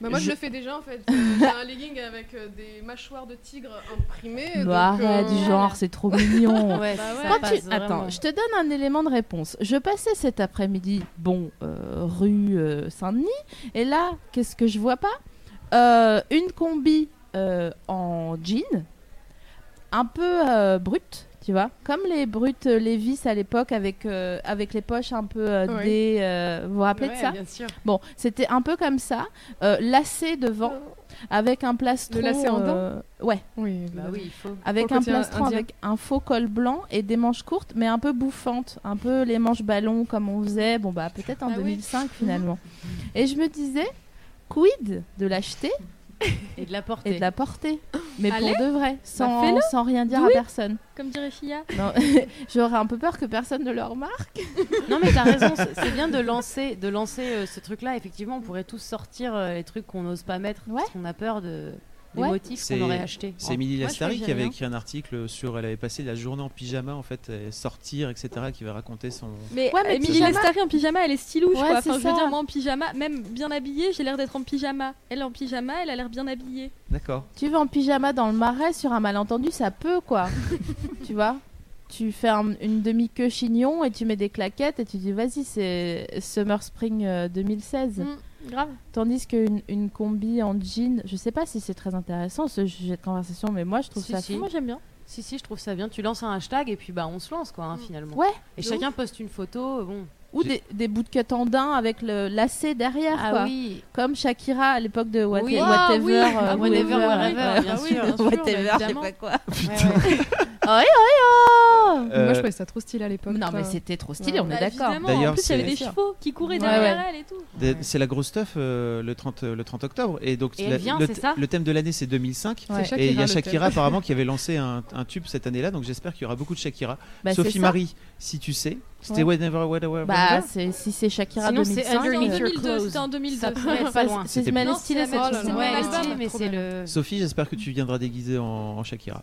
Bah, moi, je... le fais déjà en fait. J'ai un legging avec euh, des mâchoires de tigre imprimées. donc, Bah, arrête, euh, genre, c'est trop mignon. Ouais, Bah ouais. Quand ça tu- passe Attends, vraiment. je te donne un élément de réponse. Je passais cet après-midi, bon, euh, rue euh, Saint-Denis, et là, qu'est-ce que je vois pas Euh, Une combi euh, en jean, un peu euh, brute, tu vois, comme les brutes euh, Levis à l'époque avec, euh, avec les poches un peu euh, Oui. des. euh, vous vous rappelez de Ouais, ça bien sûr. Bon, c'était un peu comme ça, euh, lacé devant, Oh. avec un plastron. Le lacet en dent euh, Ouais. Oui, Bah oui, il faut. Avec Au un quotidien plastron, indien. avec un faux col blanc et des manches courtes, mais un peu bouffantes, un peu les manches ballons comme on faisait, bon bah peut-être en Ah oui. 2005 [LAUGHS] finalement. Et je me disais, quid de l'acheter Et de la porter. et de la porter, mais Allez. Bah, pour de vrai, sans, fais-le. sans rien dire à Oui. personne. Comme dirait Fia. Non, [LAUGHS] J'aurais un peu peur que personne ne le remarque. Non mais t'as raison, c'est c'est bien de lancer, de lancer euh, ce truc-là. Effectivement, on pourrait tous sortir euh, les trucs qu'on n'ose pas mettre parce qu'on a peur de des Ouais. motifs qu'on aurait achetés. Oh. C'est Émilie Lastari qui avait écrit un article sur. Elle avait passé la journée en pyjama, en fait, et sortir, etc., qui avait raconté son. Mais, Ouais, mais Emily pyjama. Lestari en pyjama, elle est stylouche Ouais, quoi. c'est Enfin, je veux ça. dire, moi en pyjama, même bien habillée, j'ai l'air d'être en pyjama. Elle en pyjama, elle a l'air bien habillée. D'accord. Tu vas en pyjama dans le marais sur un malentendu, ça peut [LAUGHS] quoi. tu vois Tu fais un- une demi-queue chignon et tu mets des claquettes et tu dis vas-y, c'est Summer Spring euh, 2016. Mm, grave. Tandis qu'une une combi en jean, je sais pas si c'est très intéressant ce sujet de conversation, mais moi je trouve ça fou. Moi j'aime bien. Si si, je trouve ça bien. Tu lances un hashtag et puis bah on se lance quoi hein, finalement. Ouais. Et De chacun poste une photo. euh, Bon. Ou J'ai- des, des bouts de catandin avec le lacet derrière, Ah quoi. oui. Comme Shakira à l'époque de What- Oui. Ah Whatever. oui. euh, Ah, whatever, euh, whatever, ouais. bien sûr, bien sûr, whatever, bah, je sais évidemment. pas quoi. Ouais, ouais, oh Moi, je trouvais ça trop stylé à l'époque. Non, mais euh, Enfin, c'était trop stylé, on est Bah, d'accord. évidemment, D'ailleurs, en plus il y c'est- avait des chevaux qui couraient Ouais, derrière ouais. elle et tout. Des- C'est la grosse stuff euh, le, 30, le 30 octobre. Et donc, Et elle la- vient, le, c'est th- ça le thème de l'année, c'est 2005. Ouais. C'est Et il y a Shakira, le Shakira, thème. apparemment, qui avait lancé un, un tube cette année-là. Donc, j'espère qu'il y aura beaucoup de Shakira. Bah, c'est Sophie ça. Marie, euh, si tu sais, c'était Ouais. Whenever, Whatever, Bah, c'est- si c'est Shakira Sinon, c'est 2005. Underneath Your Clothes. C'était en 2002. Ça pourrait être Pas- loin. euh, c'est C'était- Smelly Non, Stylé, c'est cette Sylvie. chanson. Ouais, Ouais, si, l'album, mais trop c'est bien. le. Sophie, j'espère que tu viendras déguisée en, en Shakira.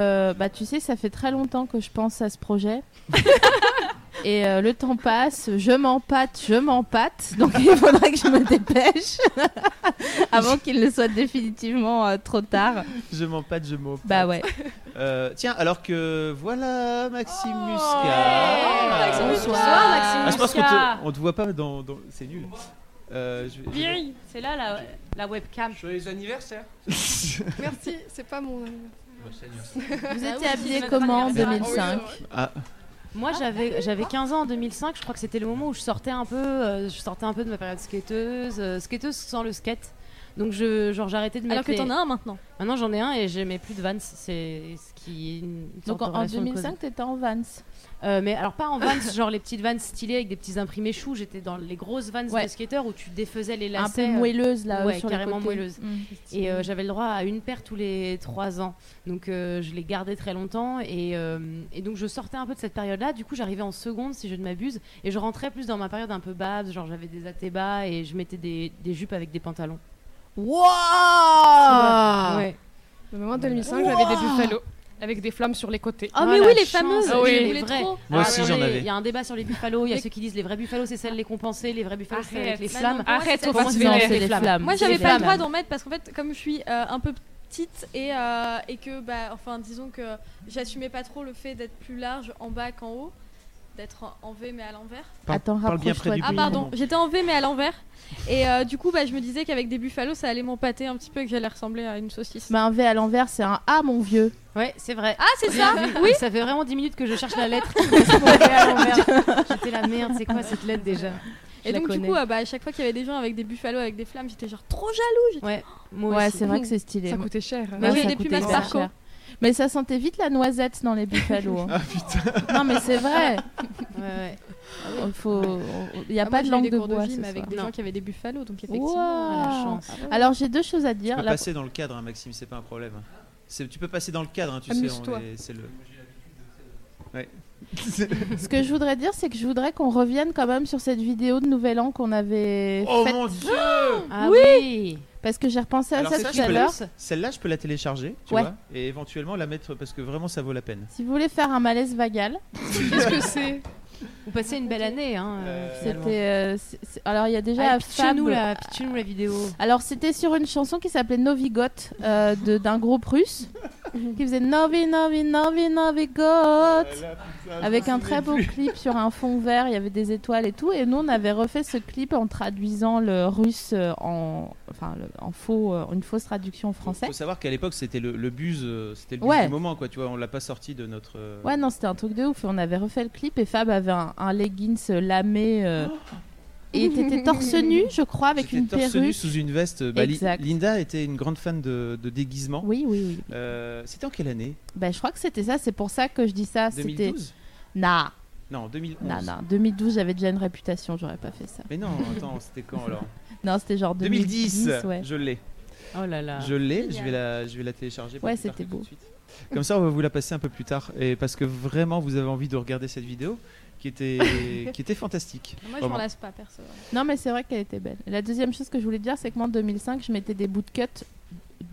Euh, bah, tu sais, ça fait très longtemps que je pense à ce projet. Et euh, le temps passe, je m'empâte, je m'empâte. Donc il faudra que je me dépêche [LAUGHS] avant qu'il ne soit définitivement euh, trop tard. Je mens pas de je m'en Bah ouais. Euh, tiens, alors que voilà Maxime Muscat. Maxime Muscat. Bonsoir, Maxime Oh, Ah, je pense qu'on Muscat. te, on te voit pas dans. dans- C'est nul. Euh, je vais- je vais- Bien, C'est là la, la webcam. Joyeux anniversaire. Merci, c'est pas mon. Vous Ah étiez oui, habillé c'est comment en notre 2005 anniversaire. Ah, Moi, j'avais j'avais 15 ans en 2005. Je crois que c'était le moment où je sortais un peu, euh, je sortais un peu de ma période skateuse, euh, skateuse sans le skate. Donc, je, genre, j'arrêtais de mettre. Alors que t'en les- as un maintenant. Maintenant, j'en ai un et j'aimais plus de Vans. C'est ce qui est une Donc sorte de en, en relation de cause. 2005, t'étais en Vans. Euh, mais alors pas en Vans, [LAUGHS] genre les petites Vans stylées avec des petits imprimés choux. J'étais dans les grosses Vans Ouais. de skater où tu défaisais les Un lacets. peu euh, moelleuse là, ouais, sur les carrément côtés. moelleuse. Mm. Et euh, j'avais le droit à une paire tous les trois ans. Donc euh, je les gardais très longtemps. Et, euh, et donc je sortais un peu de cette période-là. Du coup, j'arrivais en seconde, si je ne m'abuse. Et je rentrais plus dans ma période un peu babs. Genre j'avais des athées bas et je mettais des, des jupes avec des pantalons. Wouah Ouais. Le moment 2005, j'avais des buffalo avec des flammes sur les côtés. Ah, mais la oui, les chance. fameuses, Ah je les Oh, oui, voulais trop. Moi aussi, j'en avais. Il y a un débat sur les buffalos. Il y a ceux qui disent les vrais buffalos, c'est celles les compensées. Les vrais buffalos, c'est avec les flammes. Arrête. Arrête, Pour faut moi, pas c'est se non, vénérer. c'est les flammes. Moi, C'est j'avais les pas le flammes. droit d'en mettre parce qu'en fait, comme je suis euh, un peu petite et, euh, et que, bah, enfin, disons que j'assumais pas trop le fait d'être plus large en bas qu'en haut, d'être en- en V mais à l'envers. Par- Attends, parle bien rapproche-toi près du Ah, micro. pardon, j'étais en V mais à l'envers. Et euh, du coup, bah, je me disais qu'avec des buffalos, ça allait m'empâter un petit peu et que j'allais ressembler à une saucisse. Bah, un V à l'envers, c'est un A, mon vieux. Ouais, c'est vrai. Ah, c'est ça Oui. Ça fait vraiment 10 minutes que je cherche la lettre [LAUGHS] qui correspond au V à l'envers. J'étais la merde, c'est quoi cette lettre déjà Je Et la donc, du connais. coup, ah bah, à chaque fois qu'il y avait des gens avec des buffalos, avec des flammes, j'étais genre trop jaloux. j'étais- Ouais, ouais, c'est vrai que c'est stylé. Ça Moi- coûtait cher. hein. Bah, Bah Ouais, Moi, j'ai ça des coûtait Pumas hyper Parco. cher. Mais ça sentait vite la noisette dans les buffalo. [LAUGHS] Ah, hein. Non, mais c'est vrai. Il faut... il y a Ah, pas moi, de j'ai eu langue des de cours bois. gym ce avec soir. des gens qui avaient des buffalos, donc effectivement, Ah, Ouah. la chance. Alors j'ai deux choses à Tu dire. peux La- passer dans le cadre, hein, Maxime, c'est pas un problème. C'est- Tu peux passer dans le cadre, hein, tu sais. on Amuse-toi. est- C'est le. Ouais. [LAUGHS] Ce que je voudrais dire, c'est que je voudrais qu'on revienne quand même sur cette vidéo de Nouvel An qu'on avait Oh faite. mon Dieu Ah oui, oui. Parce que j'ai repensé à Alors, ça celle-là, tout à je peux la- l'heure. Celle-là, je peux la télécharger, tu Ouais. vois, et éventuellement la mettre parce que vraiment ça vaut la peine. Si vous voulez faire un malaise vagal, Qu'est-ce que c'est Vous passez une belle année, hein. euh, finalement. c'était. euh, c'est- c'est- Alors il y a déjà Ah, pitchez-nous Fab- la, pitchez-nous la vidéo. Alors c'était sur une chanson qui s'appelait Novigot euh, de- d'un groupe [LAUGHS] russe qui faisait Novi Novi Novi Novigot avec un très beau clip sur un fond vert, il y avait des étoiles et tout et nous on avait refait ce clip en traduisant le russe euh, en enfin le- en faux euh, une fausse traduction en français. Faut savoir qu'à l'époque c'était le, le buzz, euh, c'était le buzz Ouais. du moment quoi, tu vois, on l'a pas sorti de notre. euh, Ouais non, c'était un truc de ouf, et on avait refait le clip et Fab avait un, un leggings lamé euh, et [LAUGHS] t'étais torse nu, je crois, avec J'étais une torse nu perruque. sous une veste. Bah, Li- Exact. Linda était une grande fan de, de déguisement. Euh, Oui, oui, oui. c'était en quelle année Bah, je crois que c'était ça, c'est pour ça que je dis ça. Ah, c'était- 2012? Nah, Non, 2011. nah, nah. 2012, j'avais déjà une réputation, j'aurais pas fait ça. Mais non, attends, c'était quand [LAUGHS] alors Non, c'était genre 2010. ouais. Je l'ai. Oh là là. Je l'ai, je vais la, je vais la télécharger. pour Ouais, plus tard c'était que beau. tout de suite. Comme ça, on va vous la passer un peu plus tard, et parce que vraiment, vous avez envie de regarder cette vidéo qui était, [LAUGHS] qui était fantastique. Moi, je Vraiment. m'en lasse pas, perso. Non, mais c'est vrai qu'elle était belle. La deuxième chose que je voulais dire, c'est que moi, en 2005, je mettais des bootcuts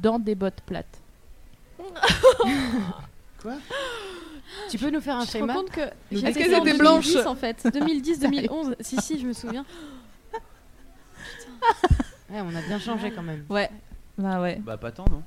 dans des bottes plates. Tu peux nous faire un Je me schéma rends compte que Nous j'ai détestons fait ça en les 2010, blanches. en fait. 2010, 2011. si, si, je me souviens. Ouais, on a bien changé quand même. Ouais. Bah ouais. Bah, pas tant, non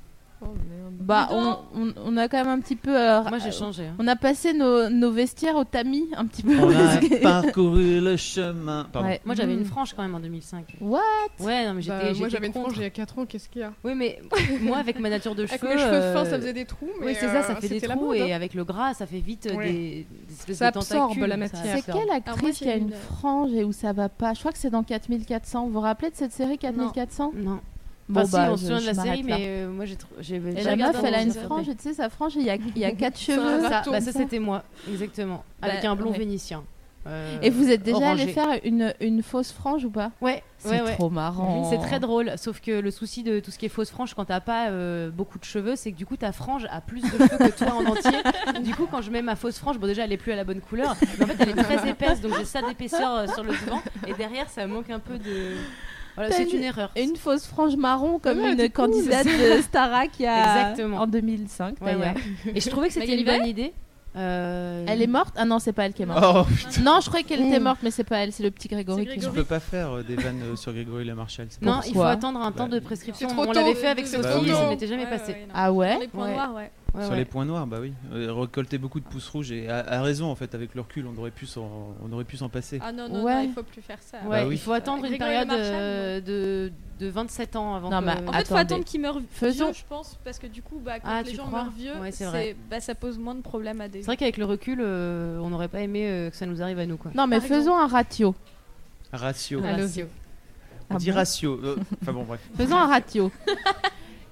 Bah, on, on, on a quand même un petit peu. euh, Moi, j'ai euh, changé, hein. On a passé nos, nos vestiaires au tamis, un petit peu. On [LAUGHS] [LAUGHS] parce a que- parcouru le chemin. Pardon. Ouais. Moi, j'avais Mm. une frange quand même en 2005. What Ouais, non, mais j'étais. Bah, moi, j'étais j'avais une contre. frange il y a 4 ans, qu'est-ce qu'il y a Oui, mais [LAUGHS] moi, avec ma nature de cheveux. Avec mes cheveux euh, fins, ça faisait des trous, mais, Oui, c'est ça, ça euh, fait des c'était la trous. mode, Et hein. avec le gras, ça fait vite euh, Ouais. des, des espèces Ça de absorbe tentacules. la ça matière. C'est absorbe. quelle Ah, moi, actrice j'ai qui a une- une frange et où ça va pas Je crois que c'est dans 4400. Vous vous rappelez de cette série 4400 Non. Bon, Enfin, si, bah, on se je- souvient de je la série, m'arrête là. mais euh, moi, j'ai tr- j'ai. Et j'ai la regardé meuf, elle a une dans un frange, Ah, certain- et tu sais, sa frange, il y a, il [LAUGHS] y a quatre Ça, cheveux. ça, bah, comme ça, c'était moi, exactement. Bah, Avec un blond ouais. vénitien. euh, Et vous êtes déjà allé orangé. faire une, une fausse frange ou pas Ouais, c'est ouais, ouais. trop marrant. C'est très drôle, sauf que le souci de tout ce qui est fausse frange quand t'as pas euh, beaucoup de cheveux, c'est que du coup ta frange a plus de cheveux que toi en entier. Du coup, quand je mets ma fausse frange, bon déjà elle est plus à la bonne couleur, mais en fait elle est très épaisse, donc j'ai ça d'épaisseur euh, sur le devant, et derrière ça manque un peu de. Voilà, T'as c'est une erreur. Une fausse frange marron comme Ouais, une c'est cool, candidate ça. de Starac il y a- Exactement. en 2005 Ouais, d'ailleurs. ouais. Et je trouvais que c'était une Magali bonne idée. Euh, Elle est morte Ah non, c'est pas elle qui est morte. Oh putain, Non, je croyais qu'elle était Mm. morte, mais c'est pas elle, c'est le petit Grégory, je qui est peux pas faire euh, des vannes euh, sur Grégory Le Marchal. c'est pas Non, il possible. faut attendre un temps Bah, de prescription. C'est trop On tôt l'avait de- fait avec de- Sophie, Bah oui. ça n'était jamais passé. morte. Ah ouais Les points Ouais. noirs, ouais. Ouais, Sur ouais. les points noirs, bah oui. Euh, Récolter beaucoup de pouces rouges et à, à raison en fait avec le recul, on aurait pu s'en, on aurait pu s'en passer. Ah non, non, non, Ouais. il faut plus faire ça. Ouais, Bah oui. Il faut attendre une Grégory période Marchal, euh, de, de 27 ans avant Non, que... mais En fait, faut Attendez. attendre qu'ils meurent Faisons- vieux, je pense, parce que du coup, bah, quand Ah, les tu gens crois meurent vieux, Ouais, c'est c'est- vrai. bah, ça pose moins de problèmes à des. C'est vrai qu'avec le recul, euh, on n'aurait pas aimé euh, que ça nous arrive à nous. Quoi. Non, mais Par faisons un ratio. Ratio. Ah, Allô. si. On Ah dit bon ratio. euh, Enfin bon, bref. Faisons un ratio. [LAUGHS]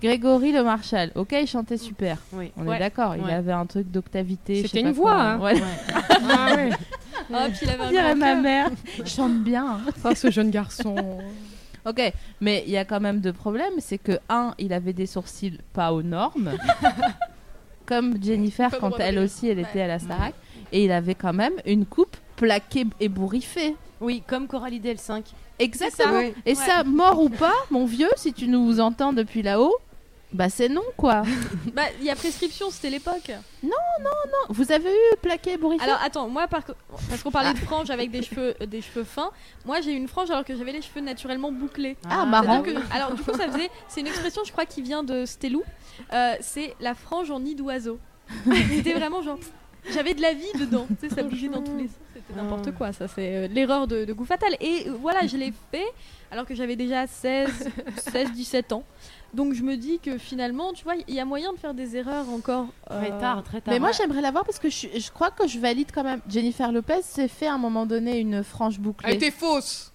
Grégory Le Marchal, ok, il chantait super. Oui. On Ouais. est d'accord, il Ouais. avait un truc d'octavité. je C'était sais pas une voix, quoi. hein. Ah Ouais. [LAUGHS] Hop, il avait On un dirait grand ma cœur. [LAUGHS] mère. Je chante bien. hein. Ah, ce jeune garçon. Ok, mais il y a quand même deux problèmes. C'est que, un, il avait des sourcils pas aux [LAUGHS] normes. comme Jennifer Pas quand droit de elle rire. aussi, elle Ouais. était à la Starac. Et il avait quand même une coupe plaquée et bourriffée. Oui, comme Coralie Del 5. Exactement. ouais. Et ça, mort ou pas, mon vieux, si tu nous entends depuis là-haut, Bah c'est non [LAUGHS] quoi. Bah, il y a prescription, c'était l'époque. Non, non, non. Vous avez eu plaqué Boris Alors attends, moi par co- parce qu'on parlait de franges avec des cheveux euh, des cheveux fins, moi j'ai eu une frange alors que j'avais les cheveux naturellement bouclés. Ah, marrant. C'est-à-dire que- alors du coup ça faisait c'est une expression je crois qui vient de Stélou. Euh, c'est la frange en nid d'oiseau. [LAUGHS] C'était vraiment genre j'avais de la vie dedans, tu sais, ça bougeait dans tous les sens, c'était n'importe quoi, ça c'est euh, l'erreur de, de goût fatal. Et euh, voilà, je l'ai fait alors que j'avais [LAUGHS] déjà 16, 16, 17 ans. Donc je me dis que finalement, tu vois, il y a moyen de faire des erreurs encore. euh, Très tard, très Mais moi j'aimerais l'avoir parce que je, suis- je crois que je valide quand même. Jennifer Lopez s'est fait à un moment donné une frange bouclée. Elle était fausse.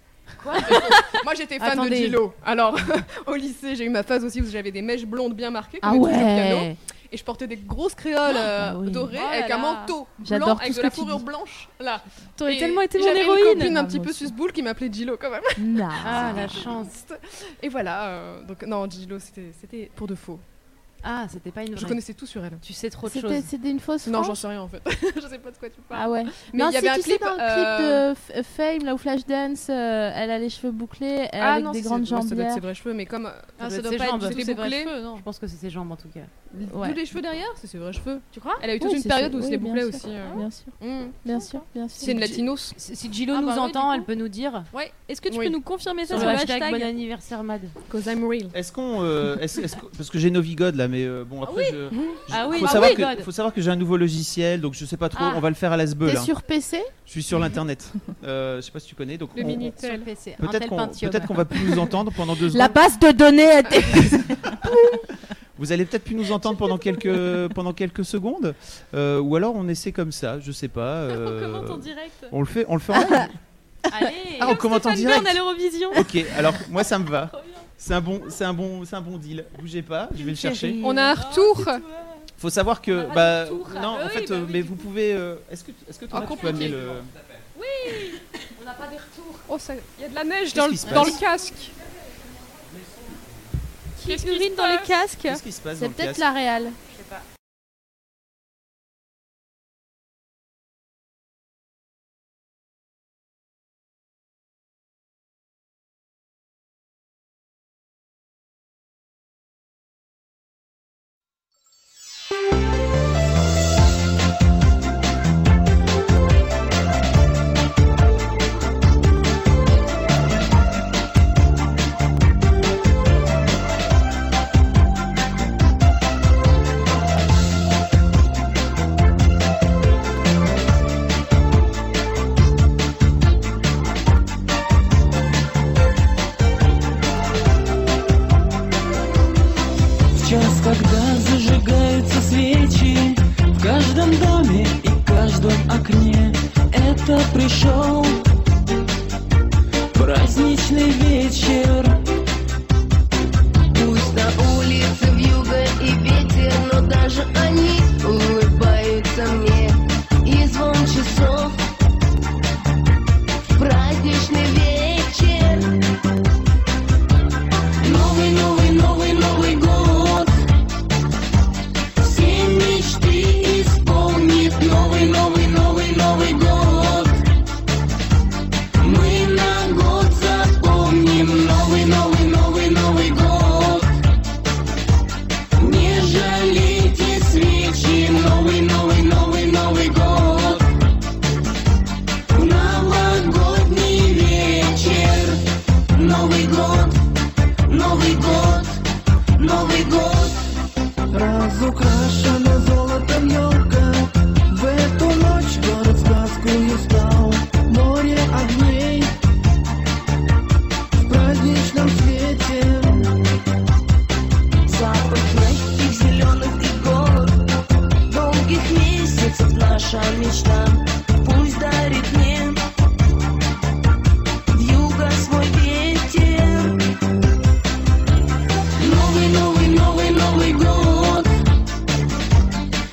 Moi j'étais fan Attendez. de Gillo. Alors [LAUGHS] au lycée j'ai eu ma phase aussi où j'avais des mèches blondes bien marquées Ah comme toujours ouais. piano, et je portais des grosses créoles euh, Ah oui. dorées Oh là avec là. un manteau J'adore blanc tout avec ce de que la tu fourrure dis. blanche là. T'aurais Et tellement été mon j'avais héroïne. une copine Ah, un Bah, moi petit peu susboule qui m'appelait Gillo quand même. Non. [LAUGHS] Ah, la chance. Et voilà euh, donc non Gillo c'était c'était pour de faux. Ah, c'était pas une Je vraie. connaissais tout sur elle. Tu sais trop de C'était- choses. C'était une fausse Non frange j'en sais rien en fait. [LAUGHS] je sais pas de quoi tu parles. Ah ouais. Mais non, il y avait si, un tu sais, clip, dans le euh, clip de F- Fame, là où Flashdance, euh, elle a les cheveux bouclés, elle, Ah avec non, des si, grandes c'est- moi, jambes. Ça doit être ses vrais cheveux, mais comme. euh, Ah, doit ça être doit ses pas jambes, être c'était tous ses vrais bouclé. cheveux, non. Je pense que c'est ses jambes en tout cas. Tous les cheveux derrière, c'est ses vrais cheveux. Tu crois Elle a eu toute Oui, une c'est période sûr, où oui, c'était bien bouclé sûr. aussi. euh. Bien sûr, Mm. bien sûr, bien sûr. C'est une latinos. Si Gilo Ah, nous bah oui, entend, du elle peut nous dire. Ouais, est-ce que tu Oui. peux nous confirmer ça Sur le hashtag Bon anniversaire Mad. Cause I'm real. Est-ce qu'on. euh, est-ce- est-ce que- parce que j'ai Novigod là, mais euh, bon, après. oui. je- Mmh. je- Ah oui, faut, bah savoir oui, que, God. faut savoir que j'ai un nouveau logiciel, donc je sais pas trop. Ah. On va le faire à l'asbeul. T'es sur PC Je suis sur l'internet. Euh, je sais pas si tu connais. Donc Le on- mini- Sur le PC. un Peut-être tel qu'on Pentium. peut-être qu'on va plus nous entendre pendant deux La secondes. base de données a été. Vous allez peut-être plus nous entendre pendant quelques pendant quelques secondes, Euh, ou alors on essaie comme ça, je sais pas. euh, Commente en direct. on le fait, on le fait. En live Allez. Ah, on commente en Stéphane direct. Bern à l'Eurovision. ok, alors moi ça me va. C'est un bon, c'est un bon, c'est un bon deal. Bougez pas, je vais le chercher. On a un retour. Faut savoir que Ah, bah retour. non, Ah, en oui, fait, bah euh, oui, mais du vous pouvez. euh, Est-ce que est-ce que toi, Ah, tu peux amener compliqué. le On n'a pas des retours. Oh, ça- il y a de la neige Qu'est-ce dans, qui se le, dans passe le casque. Qui urine dans les casques Qu'est-ce qui se passe dans C'est le peut-être casque la réal. Час, когда зажигаются свечи В каждом доме и каждом окне Это пришел праздничный вечер Пусть на улице вьюга и ветер, но даже они улыбаются мне. И звон часов в праздничный вечер. Новый, новый, новый, новый год Все мечты исполнит Новый, новый, новый, новый год Мы на год запомним Новый, новый, новый, новый год Не жалейте свечи Новый, новый, новый, новый год Новогодний вечер Новый год Новый год, Новый год Разукрашена золотом елка В эту ночь город сказку не стал Море огней В праздничном свете Запах мягких зеленых игор Долгих месяцев наша мечта Пусть дарит мне Вьюга свой ветер Новый, новый, новый, новый год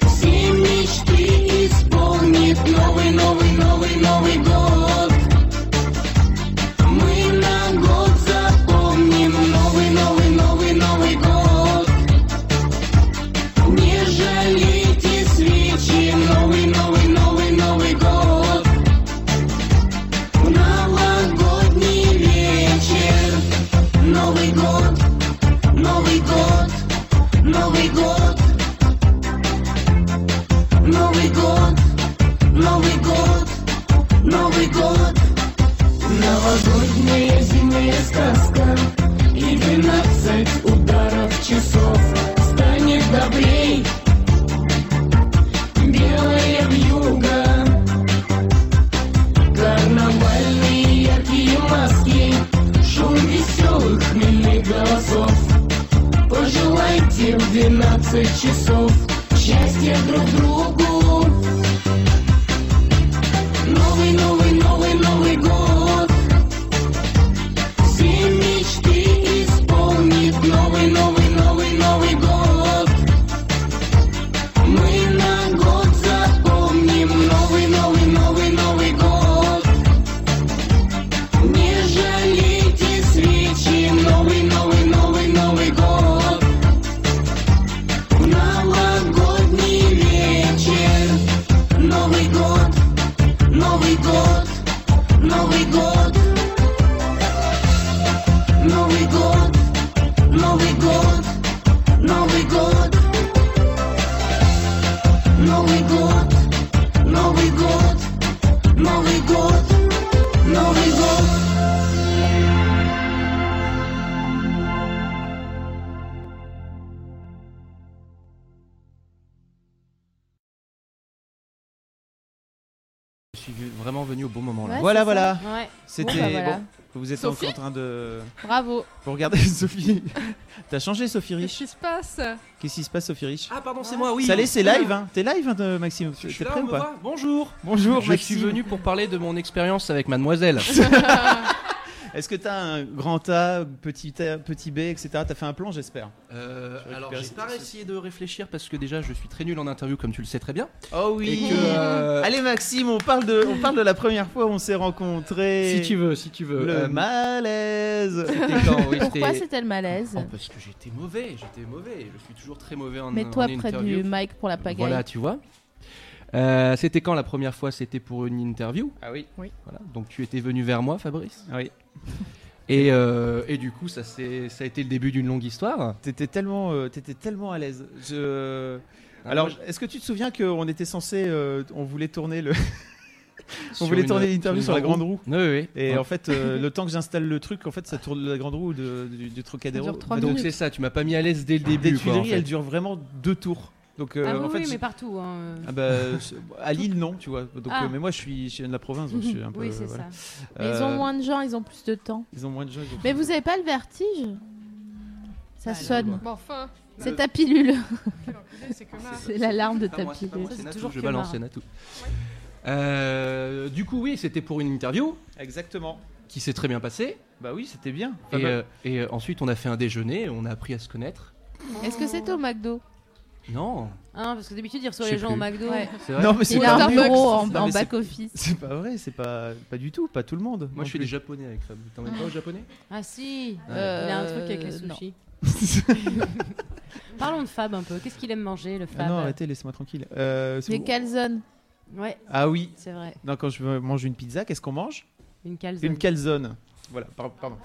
Все мечты исполнит Новый, новый, новый, новый год Мы на год запомним Новый, новый, новый, новый год Не жалейте свечи Новый, новый, новый, новый счастья друг другу. Новый, новый, новый, Новый год. Все мечты исполнит новый, новый, новый, Новый год. Мы на год запомним новый, новый, новый, Новый год. Не жалейте свечи, новый, новый, новый, Новый год. Новогодний вечер, Новый год, Новый год, Новый год. Новый год, Новый год, Новый год. Новый год, Новый год, Новый год, Новый год. Je suis vraiment venu au bon moment là. Ouais, voilà, c'est voilà. ça. Ouais. C'était Bon, bah, voilà. bon, Vous êtes Sophie encore en train de. Bravo. Vous regardez [LAUGHS] Sophie. T'as changé Sophie Rich. Qu'est-ce qui se passe Qu'est-ce qui se passe Sophie Rich Ah pardon, c'est moi, oui. Ça allait, c'est live, hein. T'es live, hein, de- Maxime. Je suis T'es là, prêt on ou me pas voit. Bonjour. Bonjour, Je Maxime. suis venu pour parler de mon expérience avec Mademoiselle. [LAUGHS] [LAUGHS] Est-ce que t'as un grand A, petit A, petit B, etc. T'as fait un plan, j'espère. Euh, Je alors, récupère j'ai cette- pas essayé de réfléchir parce que déjà, je suis très nul en interview, comme tu le sais très bien. Oh oui. Et que, euh, Allez Maxime, on parle de, on parle de la première fois où on s'est rencontrés. Si tu veux, si tu veux. Le Euh, malaise. C'était quand, oui, Pourquoi c'était- c'était le malaise Oh, parce que j'étais mauvais, j'étais mauvais. Je suis toujours très mauvais en, Mets-toi Euh, en près interview. du mic pour la pagaille. Voilà, tu vois. Euh, c'était quand la première fois C'était pour une interview. Ah oui. Oui. Voilà. Donc tu étais venu vers moi, Fabrice. Oui. Et, euh, et du coup, ça, c'est- ça a été le début d'une longue histoire. T'étais tellement, euh, t'étais tellement à l'aise. Je... Ah, Alors, moi, est-ce que tu te souviens qu'on était censé, euh, on voulait tourner [LAUGHS] le, on Sur voulait une- euh, tourner l'interview sur sur la une grande grande roue. roue. Oui, oui, oui. Et Ouais. en [LAUGHS] fait, euh, le temps que j'installe le truc, en fait, ça tourne la grande roue de- du, du Trocadéro. Ça dure trois Ah, Donc minutes. c'est ça, tu m'as pas mis à l'aise dès le début. Des quoi, Tuileries, en fait. elles durent vraiment deux tours. Donc, euh, Ah oui, en fait, oui, je- mais partout, hein. Ah bah, je- à Lille, non, tu vois. Donc, Ah. euh, mais moi, je suis, je viens de la province, donc je suis un peu. Oui, c'est voilà. ça. Mais ils ont Euh, moins de gens, ils ont plus de temps. Ils ont moins de gens. ils ont Mais plus de- vous avez pas le vertige Ça sonne. Bon, enfin. C'est ta pilule. C'est que Marc. C'est l'alarme de C'est pas ta moi, c'est pilule. pas moi, C'est C'est Natou, toujours je que balance, Marc. c'est Natou. Euh, du coup, oui, c'était pour une interview Exactement. qui s'est très bien passée. Bah oui, c'était bien. bah, Pas Et, mal. euh, et, euh, ensuite, on a fait un déjeuner, on a appris à se connaître. Est-ce que c'était au McDo Non. Hein, parce que d'habitude, ils reçoivent Je sais les gens au plus. McDo. Ouais. C'est vrai. Non, mais c'est Il pas a un vrai. bureau en, Non, en mais c'est- back-office. C'est pas vrai, c'est pas, pas du tout, pas tout le monde. Moi, je fais des des japonais avec Fab. T'en mets pas aux japonais Ah si, Euh, il a un truc avec les non. sushis. Parlons de Fab un peu. Qu'est-ce qu'il aime manger, le Fab [LAUGHS] bah. Ah non, arrêtez, laissez-moi tranquille. Euh, c'est Des bon. calzones. Ouais. Ah oui. C'est vrai. Non, quand je mange une pizza, qu'est-ce qu'on mange Une calzone. Une calzone. Voilà, par- pardon.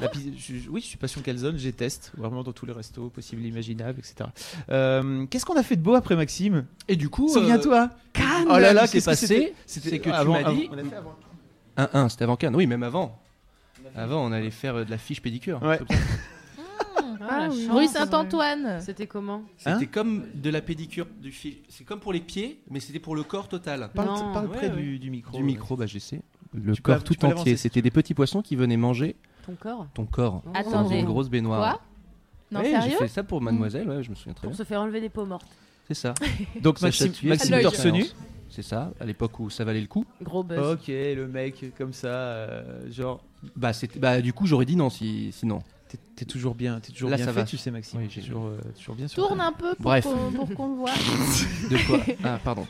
La pizza- je, je- oui, je suis passion calzone, j'ai teste vraiment dans tous les restos possibles, imaginables, etc. Euh, qu'est-ce qu'on a fait de beau après Maxime Et du coup, euh, souviens-toi. Cannes Oh là là, Ce qui qu'est-ce s'est que passé, c'était c'est que tu avant- m'as avant- dit- on a fait avant. 1-1, c'était avant Cannes. Oui, même avant. Avant, on allait faire euh, de la fiche pédicure. Ouais. Ah, la chance. Rue Saint-Antoine. C'était comment C'était comme de la pédicure du fi- C'est comme pour les pieds, mais c'était pour le corps total. Parle, Non. parle Ouais, près ouais. Du, du micro. Du micro, bah j'essaie. Le Tu peux- corps tu peux tout l'avancer, entier. si C'était des petits poissons qui venaient manger Ton corps Oh. ton corps dans Attendez. une grosse baignoire. Quoi Non, Ouais, sérieux J'ai fait ça pour Mademoiselle, ouais, je me souviens très Pour bien. se faire enlever des peaux mortes. C'est ça. Donc, Ça Maxime- chatouillait, Maxime c'était une torse nu. expérience. C'est ça, à l'époque où ça valait le coup. Gros buzz. Ok, le mec comme ça, euh, genre. Bah, c'était- bah du coup, j'aurais dit non si... sinon. T'es- T'es toujours bien, t'es toujours Là, bien ça fait, va. tu sais Maxime. Oui, T'es j'ai- toujours, euh, toujours bien sûr. Tourne un peu pour Bref. qu'on pour qu'on le voit. [LAUGHS] De quoi Ah, pardon.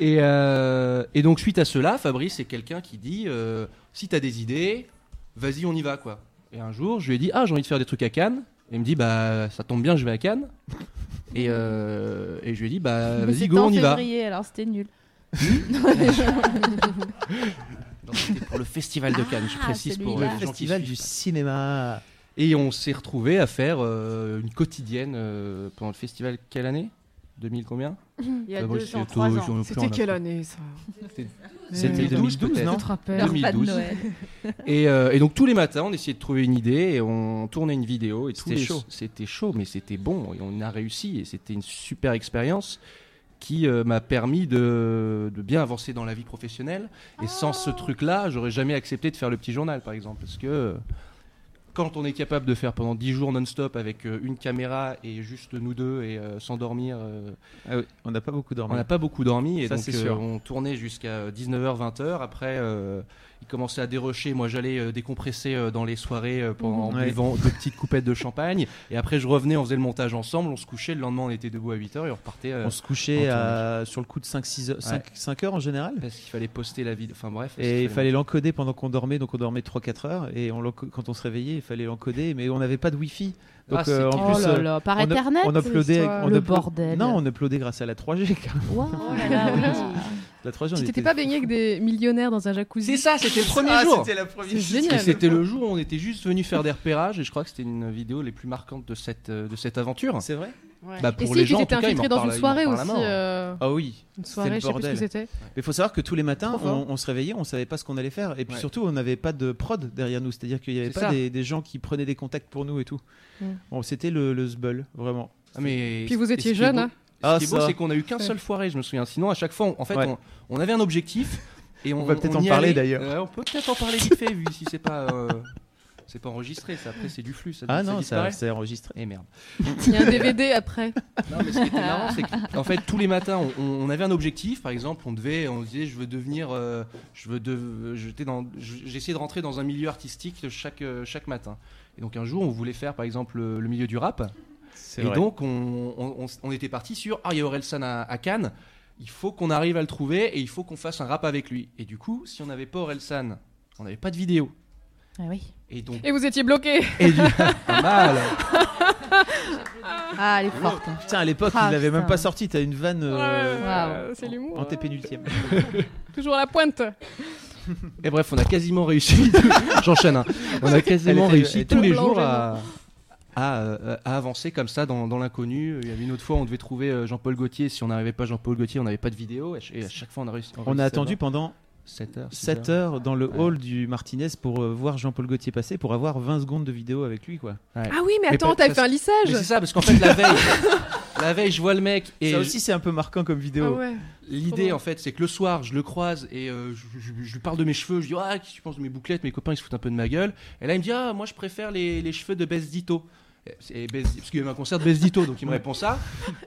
Et, euh, et donc, suite à cela, Fabrice est quelqu'un qui dit euh, si t'as des idées, vas-y, on y va, quoi. Et un jour, je lui ai dit ah, j'ai envie de faire des trucs à Cannes. Et il me dit bah, ça tombe bien, je vais à Cannes. Et, euh, et je lui ai dit bah, Mais vas-y, c'était go, en on y va. février, alors c'était nul. Donc, [LAUGHS] C'était pour le festival de Cannes, je Ah, précise pour celui-là. les gens qui Festival suivent du cinéma. Et on s'est retrouvé à faire euh, une quotidienne euh, pendant le festival quelle année 2000 combien Il y a Ah, moi, deux j'étais ans, tout- trois j'en ai ans. plus C'était en a- quelle année, ça C'était- Euh, C'était 2012, 2012, non non Je te rappelle. Leur pas de 2012. Noël. Et, euh, et donc tous les matins, on essayait de trouver une idée et on tournait une vidéo. Et tous C'était les- chaud. C'était chaud, mais c'était bon et on a réussi et c'était une super expérience qui euh, m'a permis de, de bien avancer dans la vie professionnelle. Et sans ce truc-là, j'aurais jamais accepté de faire le petit journal, par exemple, parce que quand on est capable de faire pendant 10 jours non-stop avec euh, une caméra et juste nous deux et euh, sans dormir. euh, on n'a pas beaucoup dormi. On n'a pas beaucoup dormi et Ça, donc c'est euh, sûr. on tournait jusqu'à euh, 19h, 20h. Après, euh, il commençait à dérocher. Moi, j'allais euh, décompresser euh, dans les soirées euh, pendant, en Ouais. buvant deux petites coupettes de champagne. Et après, je revenais, on faisait le montage ensemble. On se couchait. Le lendemain, on était debout à 8h et on repartait. euh, on se en couchait tournée. à- sur le coup de 5-6 heures, 5, Ouais. heures en général. Parce qu'il fallait poster la vidéo. Enfin bref. parce qu'il Et il fallait l'encoder pendant qu'on dormait, donc on dormait 3-4 heures. Et on l'enco- quand on se réveillait, il fallait l'encoder, mais on n'avait pas de wifi Donc Ah, c'est euh, en plus, triste. Oh là euh, là, par on up- Ethernet, on uploadait, cette histoire. on Le upload- bordel. Non, on uploadait grâce à la 3G. quand même. là là, oui. La 3G, on Ah Tu t'étais était pas baigné avec des millionnaires dans un jacuzzi C'est ça, c'était le premier Ah, jour. c'était la première- C'est génial. Et c'était le jour où on était juste venu faire des repérages et je crois que c'était une vidéo les plus marquantes de cette euh, de cette aventure. C'est vrai. Ouais. Bah, Et pour si, les tu gens, en t'étais tout cas, ils m'en infiltré dans parlent- une ils m'en soirée parlent à aussi, mort. euh, Ah oui. une c'était soirée, le je sais plus ce que bordel. c'était. Mais faut savoir que tous les matins, Trop fort. on, on se réveillait, on savait pas ce qu'on allait faire, et puis Ouais. surtout, on n'avait pas de prod derrière nous, c'est-à-dire qu'il y avait C'est pas ça. des, des gens qui prenaient des contacts pour nous et tout. Mm. Bon, c'était le, le zbeul, vraiment. mais Puis vous et étiez ce qui est jeune, beau- hein. Ah, Ce qui est beau, ça. c'est qu'on a eu qu'un Ouais. seul foiré, je me souviens. Sinon, à chaque fois, on- en fait, Ouais. on, on avait un objectif et on, va peut-être on en y parler, allait. d'ailleurs. Euh, on peut peut-être en parler vite fait, vu si c'est pas. euh, C'est pas enregistré, ça. Après, c'est du flux. Ça, Ah ça non, ça, disparaît. c'est enregistré. Et merde. Il y a un DVD après. Non, mais ce qui était marrant, c'est qu'en fait, tous les matins, on, on avait un objectif. Par exemple, on devait, on disait, je veux devenir, euh, je veux, de, j'étais dans, je- j'essayais de rentrer dans un milieu artistique chaque euh, chaque matin. Et donc un jour, on voulait faire, par exemple, le, le milieu du rap. C'est Et vrai. donc, on, on- on s- on était parti sur, ah, il y a Orelsan à, à Cannes. Il faut qu'on arrive à le trouver et il faut qu'on fasse un rap avec lui. Et du coup, si on n'avait pas Orelsan, on n'avait pas de vidéo. Ah oui. Et donc. Et vous étiez bloqué. Et du- pas mal. Ah, elle est forte. hein. Putain, à l'époque, Ah, il l'avait même putain. pas sorti, t'as une vanne. euh, Ouais, ouais, ouais, c'est l'humour. En TP-nultième. Toujours à la pointe. Et bref, on a quasiment réussi. [LAUGHS] J'enchaîne. hein. On a quasiment Elle était- elle réussi était tous les blanche, jours à, à, euh, à avancer comme ça dans, dans l'inconnu. Il y avait une autre fois, on devait trouver euh, Jean-Paul Gaultier. Si on n'arrivait pas Jean-Paul Gaultier, on n'avait pas de vidéo. Et ch- Et à chaque fois, on a réussi. On a attendu pendant 7 heures. 7 heures dans le hall du Martinez pour euh, voir Jean-Paul Gaultier passer, pour avoir 20 secondes de vidéo avec lui, quoi. Ah oui, mais attends, t'avais fait un lissage. Mais c'est ça, parce qu'en fait, la veille, la veille, je vois le mec. Et Ça je- aussi, c'est un peu marquant comme vidéo. Ah ouais. L'idée en fait c'est que le soir je le croise et euh, je, je- je lui parle de mes cheveux, je dis ah qu'est-ce que tu penses de mes bouclettes, mes copains ils se foutent un peu de ma gueule. Et là il me dit ah moi je préfère les, les cheveux de Bess Ditto. Et c'est- Bess- parce qu'il y avait un concert de Bess Ditto donc il me répond ça.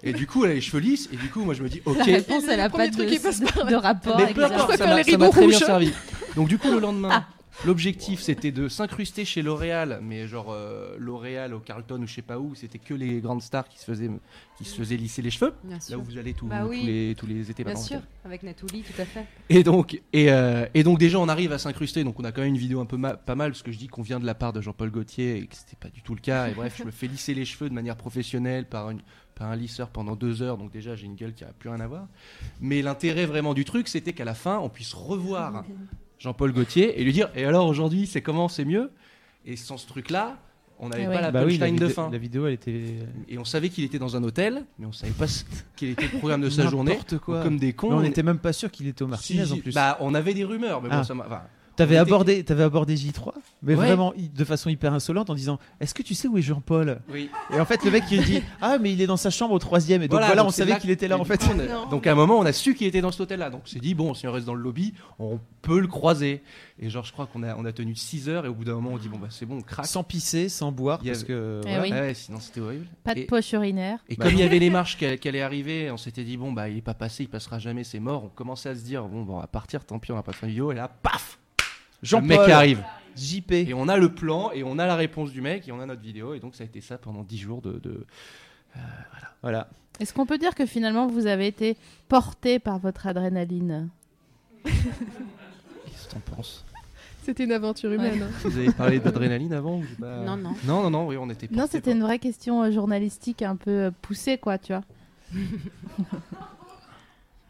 Et du coup elle a les cheveux lisses et du coup moi je me dis ok. La réponse, elle a Le premier pas de, truc qui passe par là. de rapport. Mais avec peu les importe, autres. ça m'a ça m'a très bien servi. Donc du coup le lendemain l'objectif c'était de s'incruster chez L'Oréal mais genre euh, L'Oréal au Carlton ou je sais pas où c'était que les grandes stars qui se faisaient qui se faisaient lisser les cheveux. Bien sûr. Là où vous allez tous, Bah oui. tous les tous les étés Bien pendant sûr, avec Nathalie, tout à fait. et donc, et, euh, et donc déjà on arrive à s'incruster, donc on a quand même une vidéo un peu ma- pas mal, parce que je dis qu'on vient de la part de Jean-Paul Gaultier et que c'était pas du tout le cas. Et bref, je me fais lisser les cheveux de manière professionnelle par, une, par un lisseur pendant deux heures, donc déjà j'ai une gueule qui a plus rien à voir. Mais l'intérêt vraiment du truc, c'était qu'à la fin, on puisse revoir Jean-Paul Gaultier et lui dire, et alors aujourd'hui, c'est comment, c'est mieux Et sans ce truc-là, on n'avait Ah pas ouais. la Bah oui, punchline la de vidé- fin. La vidéo, elle était. Et on savait qu'il était dans un hôtel, mais on savait pas ce- quel était le programme de sa N'importe journée. quoi. Donc, Comme des cons. Mais on on- n'était même pas sûr qu'il était au Martinez si, en si. plus. Bah, on avait des rumeurs, mais bon, Ah. ça m'a. enfin, T'avais on était- abordé, t'avais abordé J3, mais Ouais. vraiment hi- de façon hyper insolente en disant Est-ce que tu sais où est Jean-Paul Oui. Et en fait, le mec [LAUGHS] il dit Ah, mais il est dans sa chambre au troisième. Et donc voilà, on c'est savait qu'il était là et en du fait. coup, on a- donc à un moment, on a su qu'il était dans cet hôtel-là. Donc on s'est dit, bon, si on reste dans le lobby, on peut le croiser. Et genre, je crois qu'on a, on a tenu 6 heures et au bout d'un moment, on dit, bon, bah c'est bon, on craque. Sans pisser, sans boire, Il y parce avait- que. Eh voilà. oui. Ah ouais, sinon c'était horrible. Pas de Et- poche urinaire. Bah Et comme il y avait [LAUGHS] les marches qui allaient- qui allaient arriver, on s'était dit, bon, bah il est pas passé, il passera jamais, c'est mort. On commençait à se dire, bon, bah, on va partir, tant pis, on va pas faire une vidéo. Et là, paf Le Jean-Paul, mec arrive. JP. Et on a le plan, et on a la réponse du mec, et on a notre vidéo. Et donc ça a été ça pendant 10 jours de. de- euh, Voilà. Est-ce qu'on peut dire que finalement vous avez été porté par votre adrénaline Qu'est-ce que t'en penses C'était une aventure humaine. hein. Vous avez parlé d'adrénaline avant ou j'ai Euh, pas- Non, non. Non, non, non, oui, on était. Non, portés c'était une vraie question euh, journalistique un peu euh, poussée, quoi, tu vois.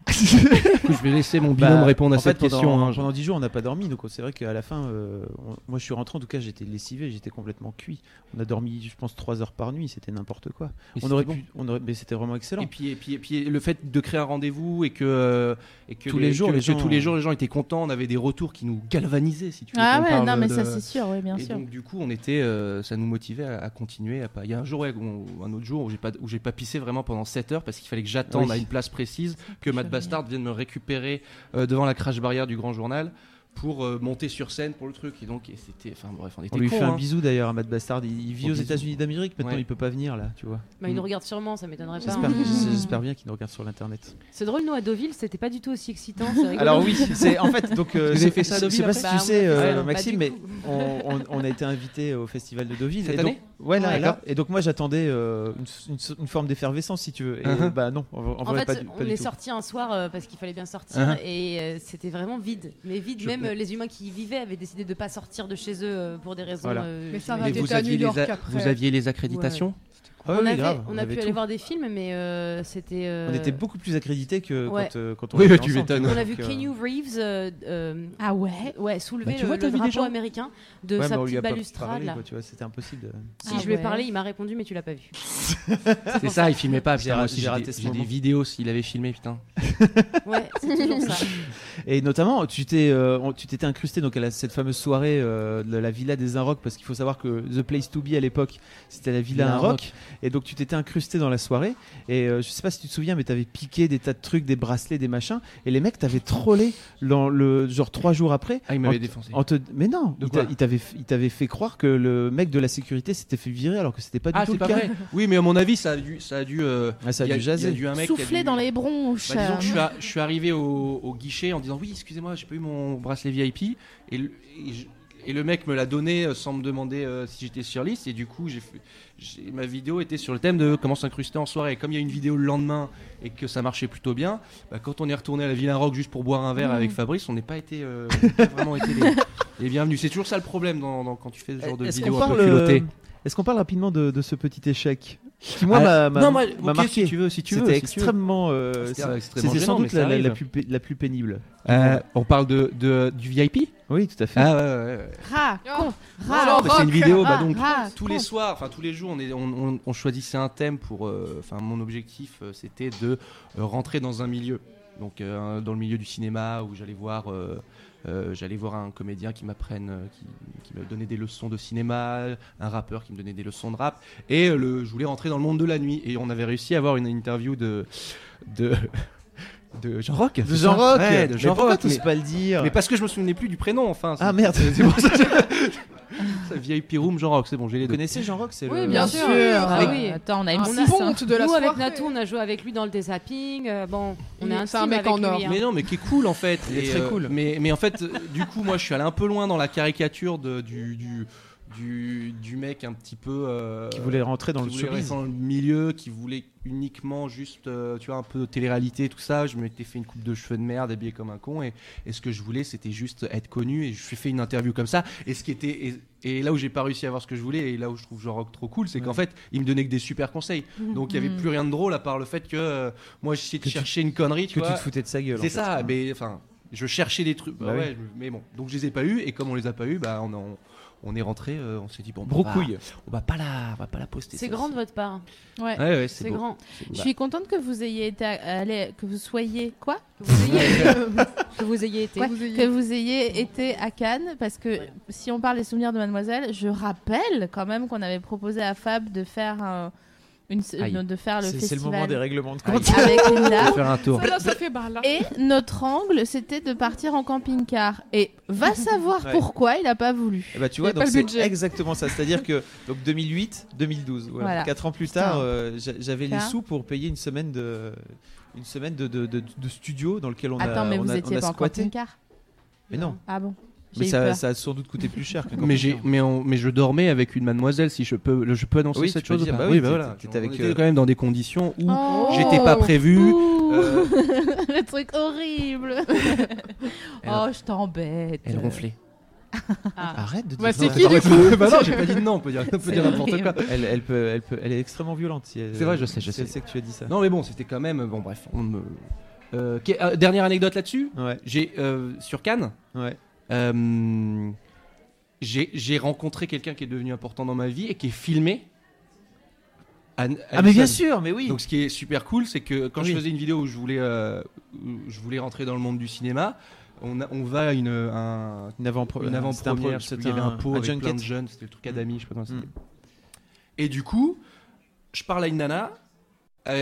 par- Je vais laisser mon Bah, binôme répondre à en fait, cette question. Pendant, hein, je- pendant 10 jours, on n'a pas dormi, donc c'est vrai qu'à la fin, euh, on- moi je suis rentré, en tout cas j'étais lessivé, j'étais complètement cuit. On a dormi, je pense, 3 heures par nuit, c'était n'importe quoi. Mais On aurait c'était pu, on aurait, mais c'était vraiment excellent. Et puis, et puis, et puis, le fait de créer un rendez-vous et que, euh, et que Tous les jours, que- les que gens- tous les jours, les gens étaient contents. On avait des retours qui nous galvanisaient, si tu veux. Ah qu'on ouais, parle non, mais de- ça, c'est sûr, oui, bien et sûr. Donc du coup, on était, euh, ça nous motivait à, à continuer. À pas... Il y a un jour, ouais, où- un autre jour où j'ai pas, où j'ai pas pissé vraiment pendant 7 heures parce qu'il fallait que j'attende Oui. à une place précise que Matt Bastard vienne me récupérer euh, devant la crash barrière du Grand Journal pour euh, monter sur scène pour le truc. Et donc, et c'était. Enfin, bref, on était On lui cons, fait un hein. bisou d'ailleurs à Matt Bastard. Il, il vit Gros aux bisou. États-Unis d'Amérique, maintenant Ouais. il peut pas venir là, tu vois. Bah, il nous regarde sûrement, ça m'étonnerait pas. J'espère, hein. j'espère bien qu'il nous regarde sur l'internet. C'est drôle, nous à Deauville, c'était pas du tout aussi excitant. [LAUGHS] c'est rigolo. Alors oui, c'est en fait [LAUGHS] donc euh, Vous avez c'est- fait ça à je- Je Deauville sais pas si après Bah, on tu a fait sais ça. euh, Ouais, non, pas Maxime, du mais coup. on, on- on a été invité au festival de Deauville. Cette et donc- année Ouais, là, Ouais. alors- et donc moi j'attendais euh, une, une- une forme d'effervescence si tu veux. Et Uh-huh. bah non, en, en En vrai fait, pas du, on pas du est tout. sorti un soir euh, parce qu'il fallait bien sortir Hein et euh, c'était vraiment vide. Mais vide, Je- même euh, les humains qui y vivaient avaient décidé de pas sortir de chez eux euh, pour des raisons. Voilà. euh, Mais ça j'imagine. aurait été Et vous à aviez New les York a- après. vous aviez les accréditations Ouais. Ah oui, on, avait, grave, on on a avait pu aller tout. voir des films, mais euh, c'était. euh, On était beaucoup plus accrédités que ouais. quand, euh, quand on Oui, était tu ensemble, m'étonnes. vois, On a vu donc, euh, Kenny Reeves euh, euh, ouais, soulever Bah, tu le, vois, le t'as vu des drapeau gens américain euh, de ouais, mais sa on lui petite a pas balustrade. parlé, là. quoi, tu vois, c'était impossible. de- Si je lui ai parlé, il m'a répondu, mais tu l'as pas vu. C'est ça, il filmait pas. J'ai Putain, moi raté aussi, ce j'ai moment. des, j'ai des vidéos s'il avait filmé, putain. Ouais, c'est toujours ça. Et notamment, tu t'es, euh, on- tu t'étais incrusté donc à la- cette fameuse soirée euh, de la villa des Inrocks parce qu'il faut savoir que The Place to Be à l'époque c'était la villa Villa Inrock Inrock. et donc tu t'étais incrusté dans la soirée et euh, je sais pas si tu te souviens mais t'avais piqué des tas de trucs, des bracelets, des machins et les mecs t'avaient trollé dans le genre trois jours après. Ah, ils m'avaient m'avait défoncé. mais non, ils t'a- quoi ils t'avaient, f- ils t'avaient fait croire que le mec de la sécurité s'était fait virer alors que c'était pas du Ah, tout c'est le pas cas. vrai. Oui, mais à mon avis, ça a dû. Ça a dû, euh, Ah, ça a il y dû il y jaser. dû un mec qui a Souffler dû- dans les bronches. Bah, disons euh, que je suis, à- je suis arrivé au, au guichet en disant oui, excusez-moi, j'ai pas eu mon bracelet VIP et le, et je- et le mec me l'a donné euh, sans me demander euh, si j'étais sur liste et du coup j'ai fait- j'ai- ma vidéo était sur le thème de comment s'incruster en soirée. Et comme il y a une vidéo le lendemain et que ça marchait plutôt bien, bah, quand on est retourné à la Villa Rock juste pour boire un verre Mhm. avec Fabrice, on n'est pas été, euh, on n'a pas vraiment été les, les bienvenus. C'est toujours ça le problème dans, dans- quand tu fais ce genre de Est-ce vidéo qu'on un peu parle, euh, culottée. est-ce qu'on parle rapidement de, de ce petit échec qui moi Ah, m'a- m'a non, moi, m'a ok, marqué si tu veux, si tu veux, c'était si tu veux. extrêmement euh, C'était c'est- extrêmement c'était sans gênant, doute mais ça la, la- la arrive. plus pa- la plus pénible Euh, on parle de, de- du VIP Oui, tout à fait. Ah ouais, ouais, ouais. Ra, con, ra, Non, mais c'est une Oh, rock, vidéo, ra, bah donc ra, tous les con. soirs, enfin tous les jours, on, est, on, on- on choisissait un thème pour. euh, Enfin, mon objectif, euh, c'était de euh, rentrer dans un milieu, donc euh, dans le milieu du cinéma où j'allais voir, euh, euh, j'allais voir un comédien qui m'apprenne, euh, qui, qui me donnait des leçons de cinéma, un rappeur qui me donnait des leçons de rap, et euh, le, je voulais rentrer dans le monde de la nuit. Et on avait réussi à avoir une interview de de [LAUGHS] de Jean Rock. De c'est Jean ça Rock Ouais, Mais de Jean pourquoi Rock. t'oses pas le dire Mais parce que je me souvenais plus du prénom, enfin. Ah, [LAUGHS] merde. C'est pour ça. que- Ça, VIP Room, Jean Rock, c'est bon, j'ai les deux. Vous connaissez Jean Rock, c'est Oui, le. bien sûr. sûr. Ah Ah oui. oui. Attends, on a Ah, une on six, ça. hein. de la Nous, avec soirée. Natou, on a joué avec lui dans le désapping. euh, bon, on Il- est un c'est un team mec avec en or. lui, hein. Mais non, mais qui est cool en fait. Il est Et, très euh, cool. Mais, mais en fait, euh, du coup, moi, je suis allé un peu loin dans la caricature de, du, du, du, du mec un petit peu. euh, Qui voulait rentrer dans qui le voulait showbiz. rentrer dans le milieu, qui voulait uniquement juste, euh, tu vois, un peu de télé-réalité, tout ça. Je m'étais fait une coupe de cheveux de merde, habillé comme un con. Et, et ce que je voulais, c'était juste être connu. Et je suis fait une interview comme ça. Et ce qui était. et- et là où j'ai pas réussi à avoir ce que je voulais, et là où je trouve Jean Rock trop cool, c'est qu'en fait, il me donnait que des super conseils. Donc il y avait Mhm. plus rien de drôle à part le fait que euh, moi j'essayais de Que tu- chercher une connerie. que tu vois. te foutais de sa gueule, en C'est fait. ça, mais enfin, je cherchais des trucs. Bah Bah oui. ouais, je- mais bon, donc je les ai pas eu et comme on les a pas eu, bah on en- on est rentré, euh, on s'est dit bon, bah, Broucouille. on va- on va pas la, on va pas la poster. C'est ça, grand de ça. votre part. Ouais, Ouais, ouais, c'est c'est beau. grand. C'est- Je bah. suis contente que vous ayez été euh, allé, que vous soyez quoi Que vous ayez, que vous [LAUGHS] ayez été, Ouais, que vous ayez été à Cannes, parce que si on parle des souvenirs de Mademoiselle, je rappelle quand même qu'on avait proposé à Fab de faire un- une, Aïe. de faire le C'est- festival. c'est le moment des règlements de Avec compte. [LAUGHS] une dame. Ah, On va faire un [LAUGHS] tour. Ça, là, ça fait hein. barre, là. Et notre angle, c'était de partir en camping-car. Et va [LAUGHS] savoir Ouais. pourquoi il n'a pas voulu. Eh ben, tu vois, Il y a donc pas le c'est budget. exactement ça. C'est-à-dire que donc 2008, 2012, voilà. Voilà. quatre ans plus Putain. tard, euh, j'a- j'avais les Putain. sous pour payer une semaine de une semaine de, de- de- de studio dans lequel on a Attends, mais on vous a- on étiez a pas en squatté. camping-car Mais non. Ah bon Mais J'ai eu ça, peur. ça a sans doute coûté plus cher. qu'un Mais j'ai, mais on- mais je dormais avec une mademoiselle. Si je peux, le- je peux annoncer Oui, cette tu peux chose. ou dire, pas bah oui, bah t'étais- voilà. t'étais On avec, était euh, quand même dans des conditions où Oh. j'étais pas prévu. euh, [LAUGHS] le truc horrible. [LAUGHS] oh, je t'embête. Elle ronflait. Arrête de dire Bah, ça. c'est qui, Arrête- du coup Bah non, j'ai pas dit de non, on peut dire, on peut C'est dire n'importe quoi. horrible. Elle, elle peut, elle peut, elle est extrêmement violente. si elle- C'est vrai, je sais, je si sais. elle que tu as dit ça. Non, mais bon, c'était quand même. Bon, bref, on me. Euh, que- euh, dernière anecdote là-dessus. Ouais. J'ai euh, sur Cannes. Ouais. euh, j'ai j'ai rencontré quelqu'un qui est devenu important dans ma vie et qui est filmé. à- à Ah, mais bien Nissan. sûr, mais oui. Donc ce qui est super cool, c'est que quand je Oui. faisais une vidéo où je voulais, euh, où je voulais rentrer dans le monde du cinéma, on, a- on va à une un- Une avant-pro- une un- avant-première, c'était un- je sais plus, il y avait un- un pot un avec plein de junket. Mm. jeunes, c'était le truc Adami, je sais pas comment ça s'appelle. Et du coup, je parle à une nana. elle-